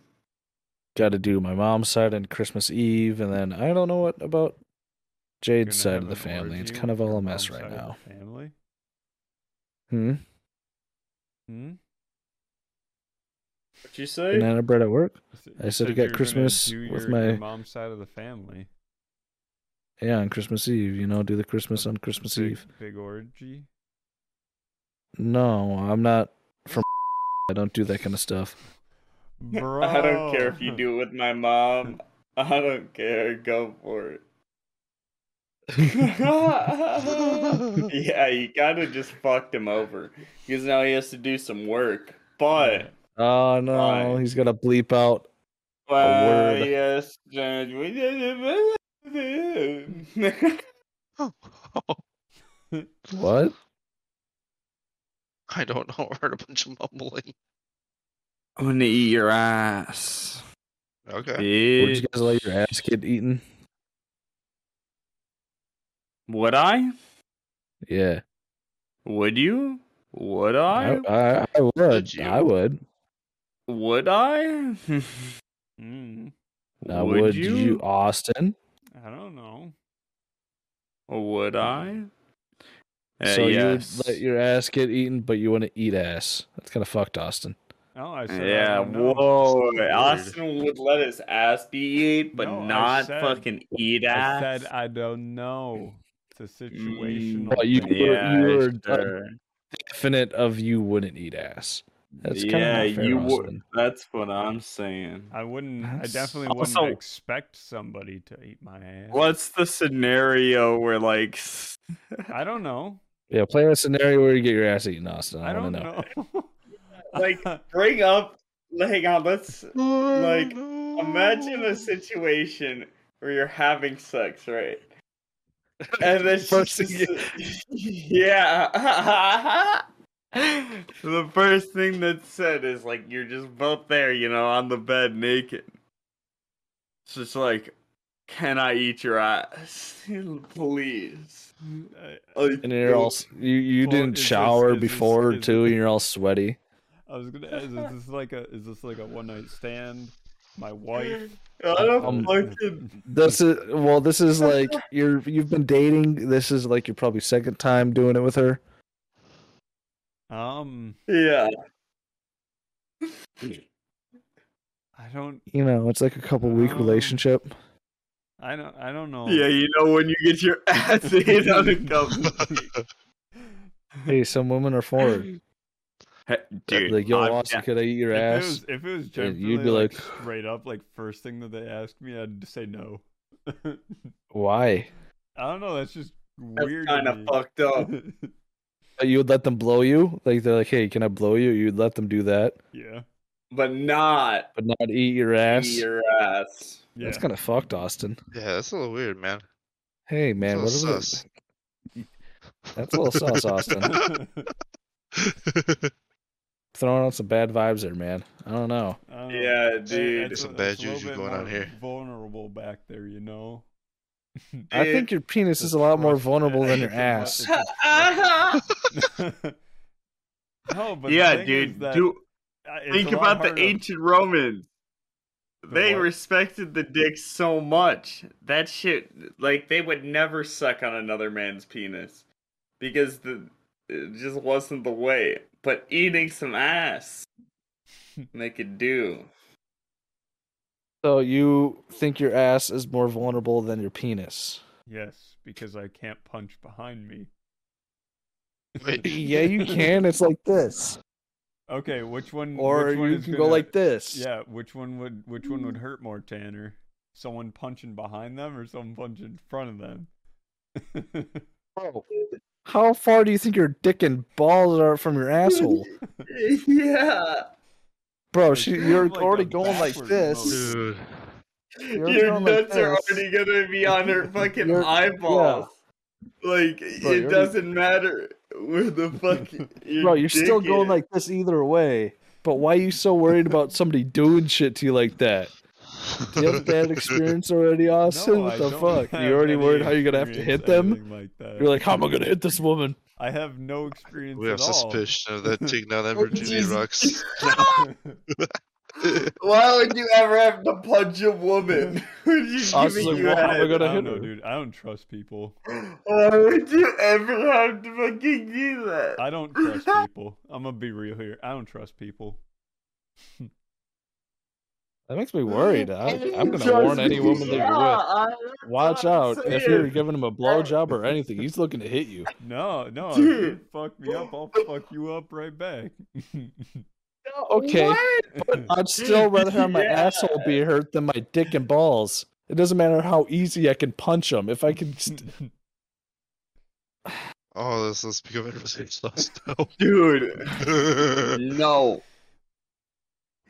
Got to do my mom's side on Christmas Eve, and then I don't know what about
Gonna
Jade's side
have
of the
an
family. It's
orgy
kind of
with your
all a mess
mom's
right
side of
now.
the Family?
Hmm.
Hmm?
What you say?
Banana bread at work.
I said-
I
you
said we got
you're gonna
Christmas
do
with
your-
my-
your mom's side of the family.
Yeah, on Christmas Eve. You know, do the Christmas on Christmas
Big-
Eve.
Big orgy.
No, I'm not from. I don't do that kind of stuff.
Bro.
I don't care if you do it with my mom. I don't care. Go for it. yeah, you gotta just fucked him over because now he has to do some work. But
Oh no,
Why?
he's got to bleep out.
well,
word.
yes, Judge, we did it.
What?
I don't know. I heard a bunch of mumbling.
I'm gonna eat your ass.
Okay.
Would you
Bitch.
guys let your ass get eaten?
Would I?
Yeah,
Would you? Would I?
I, I, I would.
you?
I would.
Would I?
Mm,
Now, would, you? Austin?
I don't know.
Would I? Uh,
so you
yes.
would let your ass get eaten, but you want to eat ass. That's kind of fucked, Austin.
No, Oh, I said I
Yeah,
don't know.
whoa.
Weird.
Austin would let his ass be eat, but
No, I
not
said-
fucking eat
I
ass.
said I don't know. It's
Mm.
a situation.
Well, you were-
yeah,
you were-
sure.
Definite of you wouldn't eat ass. That's kind
yeah,
of not fair,
you would.
Austin.
That's what I'm saying.
I wouldn't. I
That's-
definitely
also-
wouldn't expect somebody to eat my ass.
What's the scenario where like? s-
I don't know.
Yeah, play a scenario where you get your ass eaten, Austin. I,
I don't
want to know.
know.
Like, Bring up. Hang
uh,
on. Let's Like, imagine a situation where you're having sex, right? And then she
First thing
just- yeah. the first thing that's said is like you're just both there, you know, on the bed naked. It's just like, can I eat your ass, please?
I,
Like,
And you're all
it-
s- you you
Well,
didn't
is this-
shower
is this-
before
is
too,
this-
and you're all sweaty.
I was gonna ask, is this like a is this like a one night stand? My wife.
I don't
Um,
fucking.
This is well. This is like you're you've been dating. This is like your probably second time doing it with her.
Um,
Yeah.
I don't,
You know, it's like a couple week
Oh.
relationship.
I don't, I don't
Oh.
know.
Yeah, you know when you get your ass in on a cup.
Hey, some women are forward.
Dude,
like, yo,
I'm
Austin,
down-
could I eat your
If it
ass?
was, if it was
Yeah,
generally
you'd
you'd
be
like,
like-
straight up, like first thing that they asked me, I'd say no. I
Why?
don't know. That's just weird.
that's
to
kind of
me.
fucked up.
Uh, You would let them blow you? Like they're like, hey, can I blow you? You'd let them do that,
yeah,
But not
but not eat your ass.
eat your ass.
yeah.
That's kind of fucked, Austin.
Yeah, that's a little weird, man.
Hey, man, what
That's
is
a little
this? That's a little sus, Austin. Throwing out some bad vibes there, man. I don't know.
I don't know.
Yeah,
It-
dude.
it's-
Some
it's
bad
a little
juju
bit
going on
more
here.
Vulnerable back there, you know.
I
Dude.
think your penis is a lot more
It's-
vulnerable than your
it's a-
ass.
it's a- no, but the
yeah,
thing is
dude.
that
Do,
I- it's
think
a lot
about the
harder-
ancient Romans. They
what?
respected the dick so much. That shit, like, they would never suck on another man's penis because the it just wasn't the way. But eating some ass, they could do.
So you think your ass is more vulnerable than your penis?
Yes, because I can't punch behind me.
Wait.
Yeah, you can. It's like this,
Okay, which one?
or
Mm, which one
you
is
can go
gonna-
like this.
Yeah, which one would which one would hurt more, Tanner? Someone punching behind them or someone punching in front of them?
Bro, how far do you think your dick and balls are from your asshole,
yeah.
bro?
Like,
She,
you're
you're
like a
already going like
backward
this.
motion.
Dude.
You're
Your
going like
nuts are
this.
already gonna be on her fucking
You're-
eyeballs. Like
Bro,
it
you're-
doesn't matter where the fuck. your
Bro, you're still
dick
going
is.
like this either way. But why are you so worried about somebody doing shit to you like that? Do you have that experience already, Austin?
No,
what
I
Oh, the
don't
fuck?
have
You already
any
worried how you're gonna have to
experience
hit them?
anything Like that.
You're like, how am I gonna hit this woman?
I have no experience
We have
at all.
suspicion of that taking down that
Oh,
Virginia
Jesus.
rocks.
Why would you ever have to punch a woman? Would you
Austin's
giving
like,
you
"Well, how am I
I
head?
gonna
don't
hit
know,
her?"
dude. I don't trust people.
Why would you ever have to fucking do that?
I don't trust people. I'm gonna be real here. I don't trust people.
That makes me worried. I, I'm
Trust
gonna warn
me.
any woman that
Yeah,
you're with.
I'm- that's
Watch
what I'm
out! If
saying.
you're giving him a blowjob or anything, he's looking to hit you.
No, no. If you
Dude.
fuck me up, I'll fuck you up right back.
Okay.
What?
I'd still rather have my
Yeah.
asshole be hurt than my dick and balls. It doesn't matter how easy I can punch him. If I can, st-
Oh, this is becoming conversation
dude?
now.
No.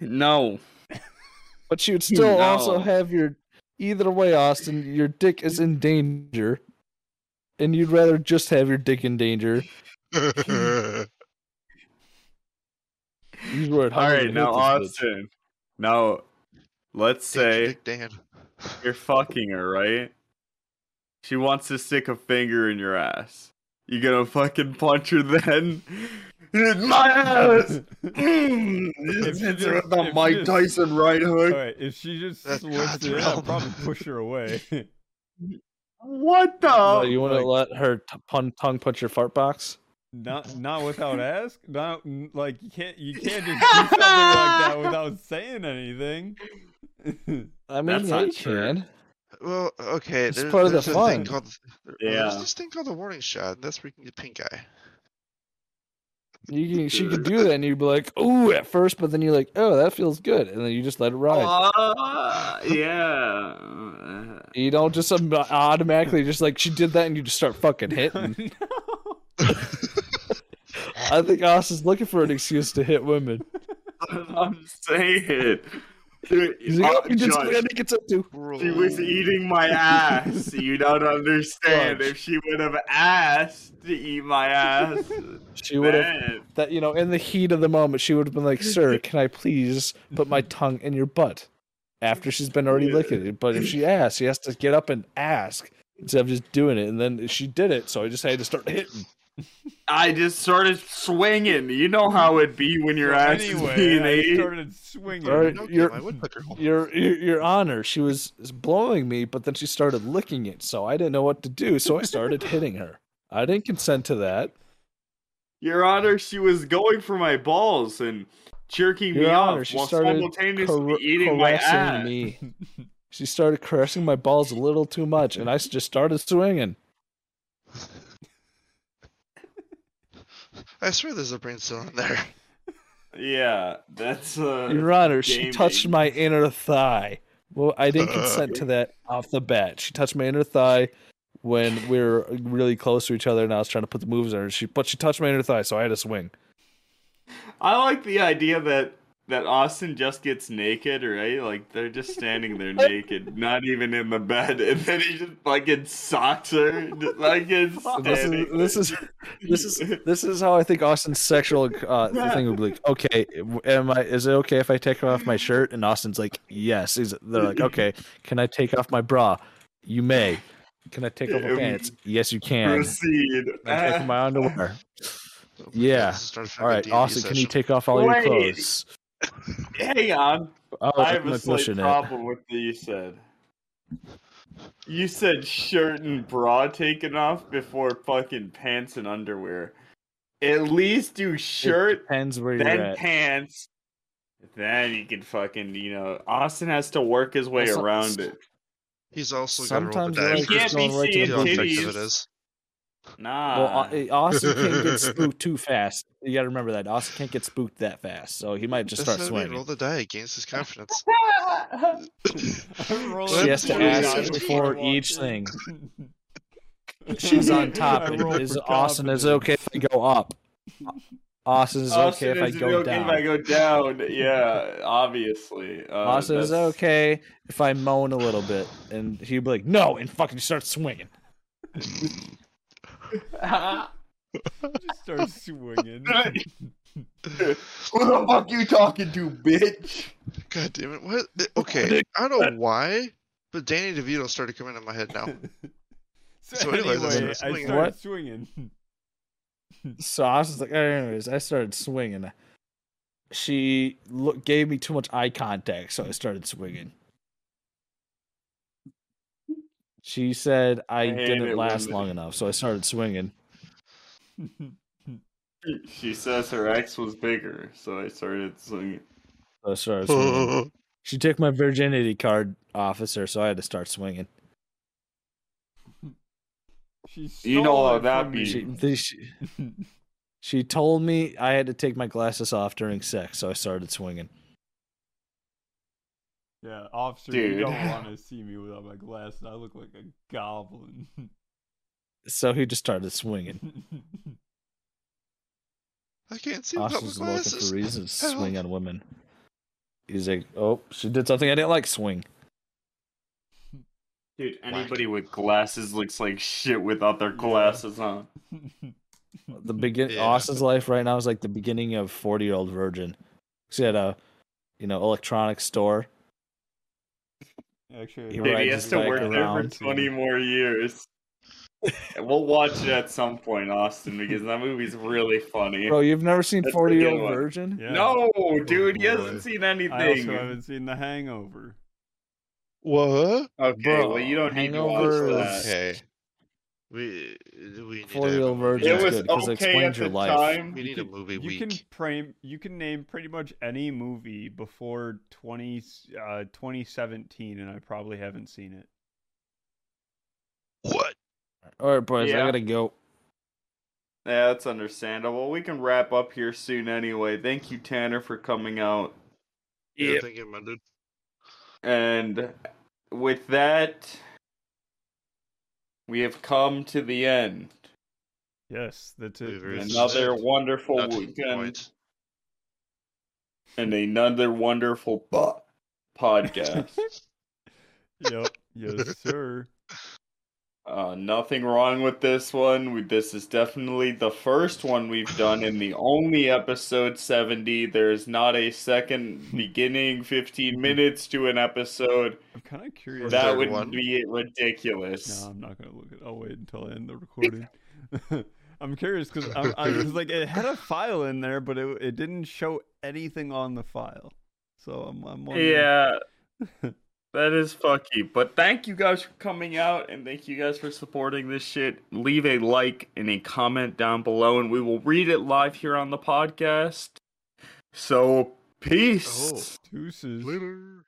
No.
but you'd still also
No.
have your. Either way, Austin, your dick is in danger, and you'd rather just have your dick in danger. You were
All right, now Austin. Now, let's say
Dick Dan.
you're fucking her, right? She wants to stick a finger in your ass. You gonna fucking punch her then? My ass! Mm,
If
It's
you
it's
just-
with the
if you
Mike
just-
Tyson right
All
hook.
right, if she just
That's
slips
God's
it, I'll
realm.
probably push her away.
What the?
you want to
like-
let her t- pun- tongue punch your fart box?
not not without ask. Not n- like you can't you can't just do something like that without saying anything.
I mean,
That's
yeah,
not
you
true.
can.
Well, okay.
It's
there's,
part of the
there's a thing
fun.
called, there-
Yeah.
There's this thing called the warning shot. and That's where you can get pink eye.
You can. She could do that, and you'd be like, "Ooh," at first, but then you're like, "Oh, that feels good," and then you just let it ride.
Ah, yeah.
You don't just um, automatically just like she did that and you just start fucking hitting.
no.
I think Austin's looking for an excuse to hit women.
I'm saying. Dude,
He's like,
uh,
oh, you did something I
Judge,
didn't get up to.
She was eating my ass. You don't understand.
Judge.
If she would have asked to eat my ass,
She would have
then-
that you know in the heat of the moment she would have been like, "Sir, can I please put my tongue in your butt?" after she's been already
Yeah.
licking it. But if she asks, she has to get up and ask instead of just doing it. And then she did it, so I just had to start hitting.
I just started swinging. You know how it be when your
So
ass
anyway,
is being
I
ate.
started swinging.
Alright,
No
you're-
game, I would pick her home.
Your, your your honor, she was blowing me, but then she started licking it, so I didn't know what to do, so I started hitting her. I didn't consent to that.
Your Honor, she was going for my balls and jerking me
Your
off
Honor, she
oh, while
started
simultaneously
Car-
eating my ass.
caressing me. She started caressing my balls a little too much, and I s- just started swinging.
I swear there's a brain cell in there.
Yeah, that's uh.
Your Honor, she touched
gaming.
my inner thigh. Well, I didn't consent to that off the bat. She touched my inner thigh when we were really close to each other, and I was trying to put the moves on her. She, but she touched my inner thigh, so I had to swing.
I like the idea that that Austin just gets naked, right? Like they're just standing there naked, not even in the bed, and then he just fucking socks her, just fucking
This is
standing.
this is this is this is how I think Austin's sexual uh, thing would be like. Okay, am I? Is it okay if I take off my shirt? And Austin's like, yes. Is they're like, okay, can I take off my bra? You may. Can I take off my
Um,
pants? Yes, you can.
proceed. Uh,
Can I take off my underwear? Yeah. All right, Austin, can you take off all your
Wait.
clothes?
Hang on,
Oh,
I have
I'm
a slight
pushing it.
problem with what you said. You said shirt and bra taken off before fucking pants and underwear. At least do
It
shirt,
depends where you're
then
at.
pants, then you can fucking you know. Austin has to work his way
Also-
around it.
He's also got to roll the
Sometimes I
dice.
like
for
just
can't be
going right to
see
the
how
seeing
boobies.
effective it
titties.
is.
Well, uh,
Nah,
Au- Austin can't get spooked too fast. You got to remember that Austin can't get spooked that fast, so he might just
That's
start
how we Roll
swinging.
the die against his confidence.
I'm rolling
She has to
for
ask
Well, that's what
confidence.
we
before
Walk
each
in.
thing. She's on top.
I
and
rolled
Is
for
Austin is it okay if I go up? Austin is it
Austin,
okay
is
if I
it
go
okay
down.
If I go down, yeah, obviously. Uh,
Austin is it
that's-
okay if I moan a little bit, and he'd be like, "No," and fucking start swinging.
Just start swinging.
Who the fuck you talking to, bitch?
God damn it! What? the- Okay, I don't know why, but Danny DeVito started coming in my head now.
So,
So
anyway,
anyway, that's
I
what-
started
What?
swinging.
So Austin's like, "Anyways," I started swinging. She look, gave me too much eye contact, so I started swinging. She said I,
I hate
didn't
it
last
when-
long enough, so I started swinging.
She says her ex was bigger, so I started swinging.
So I started swinging.
Oh,
She took my virginity card, officer, so I had to start swinging.
She
You know
stole
how
it
that
from
be.
She,
me.
the- she, she told me I had to take my glasses off during sex, so I started swinging.
yeah, officer, you
Dude.
don't want to see me without my glasses. I look like a goblin.
So he just started swinging.
I can't see without my
Austin's looking
glasses.
for reasons to
Help.
swing on women. He's like, oh, she did something I didn't like. Swing.
Dude, anybody with glasses looks like shit without their
Yeah.
glasses on.
The begin
Mm, Yeah.
Austin's life right now is like the beginning of forty year old virgin. She had a, you know, electronics store.
Actually,
He
Dude, he
rides
has
his
to
bike
work there for
around.
20 more years. we'll watch it at some point, Austin, because that movie's really funny.
Bro, you've never seen
That's a
forty year
good
old
one.
virgin?
Yeah.
No, dude,
Oh,
he
boy.
hasn't seen
I also
anything.
haven't seen The Hangover.
What?
Okay,
Bro,
well, you don't need to
Hangover
watch that.
is-
Okay. We we need
Forty year
to
old
have a movie.
virgin.
It was
good because
okay
it
at
explains your
the
life.
time.
We
You
need a
can-
movie
You
week.
can frame, you can name pretty much any movie before 20, uh, 2017, and I probably haven't seen it.
What?
All right, boys, I
Yeah.
gotta go.
Yeah, that's understandable. We can wrap up here soon anyway. Thank you, Tanner, for coming out.
Yeah. I think it ended.
And with that, we have come to the end.
Yes, that's
We've
it.
reached
Another wonderful
Not to the
weekend
point.
and another wonderful po- podcast.
yep. Yes, sir.
Uh, nothing wrong with this one. We, this is definitely the first one we've done and the only episode 70. There is not a second beginning 15 minutes to an episode.
I'm kind of
Was
curious.
there
That would
one?
be ridiculous.
No, I'm not gonna look at. I'll wait until I end the recording. I'm curious because I, I was like, it had a file in there, but it it didn't show anything on the file. So I'm I'm wondering.
Yeah. That is fucky. But thank you guys for coming out and thank you guys for supporting this shit. Leave a like and a comment down below and we will read it live here on the podcast. So, peace.
Oh. Deuces.
Later.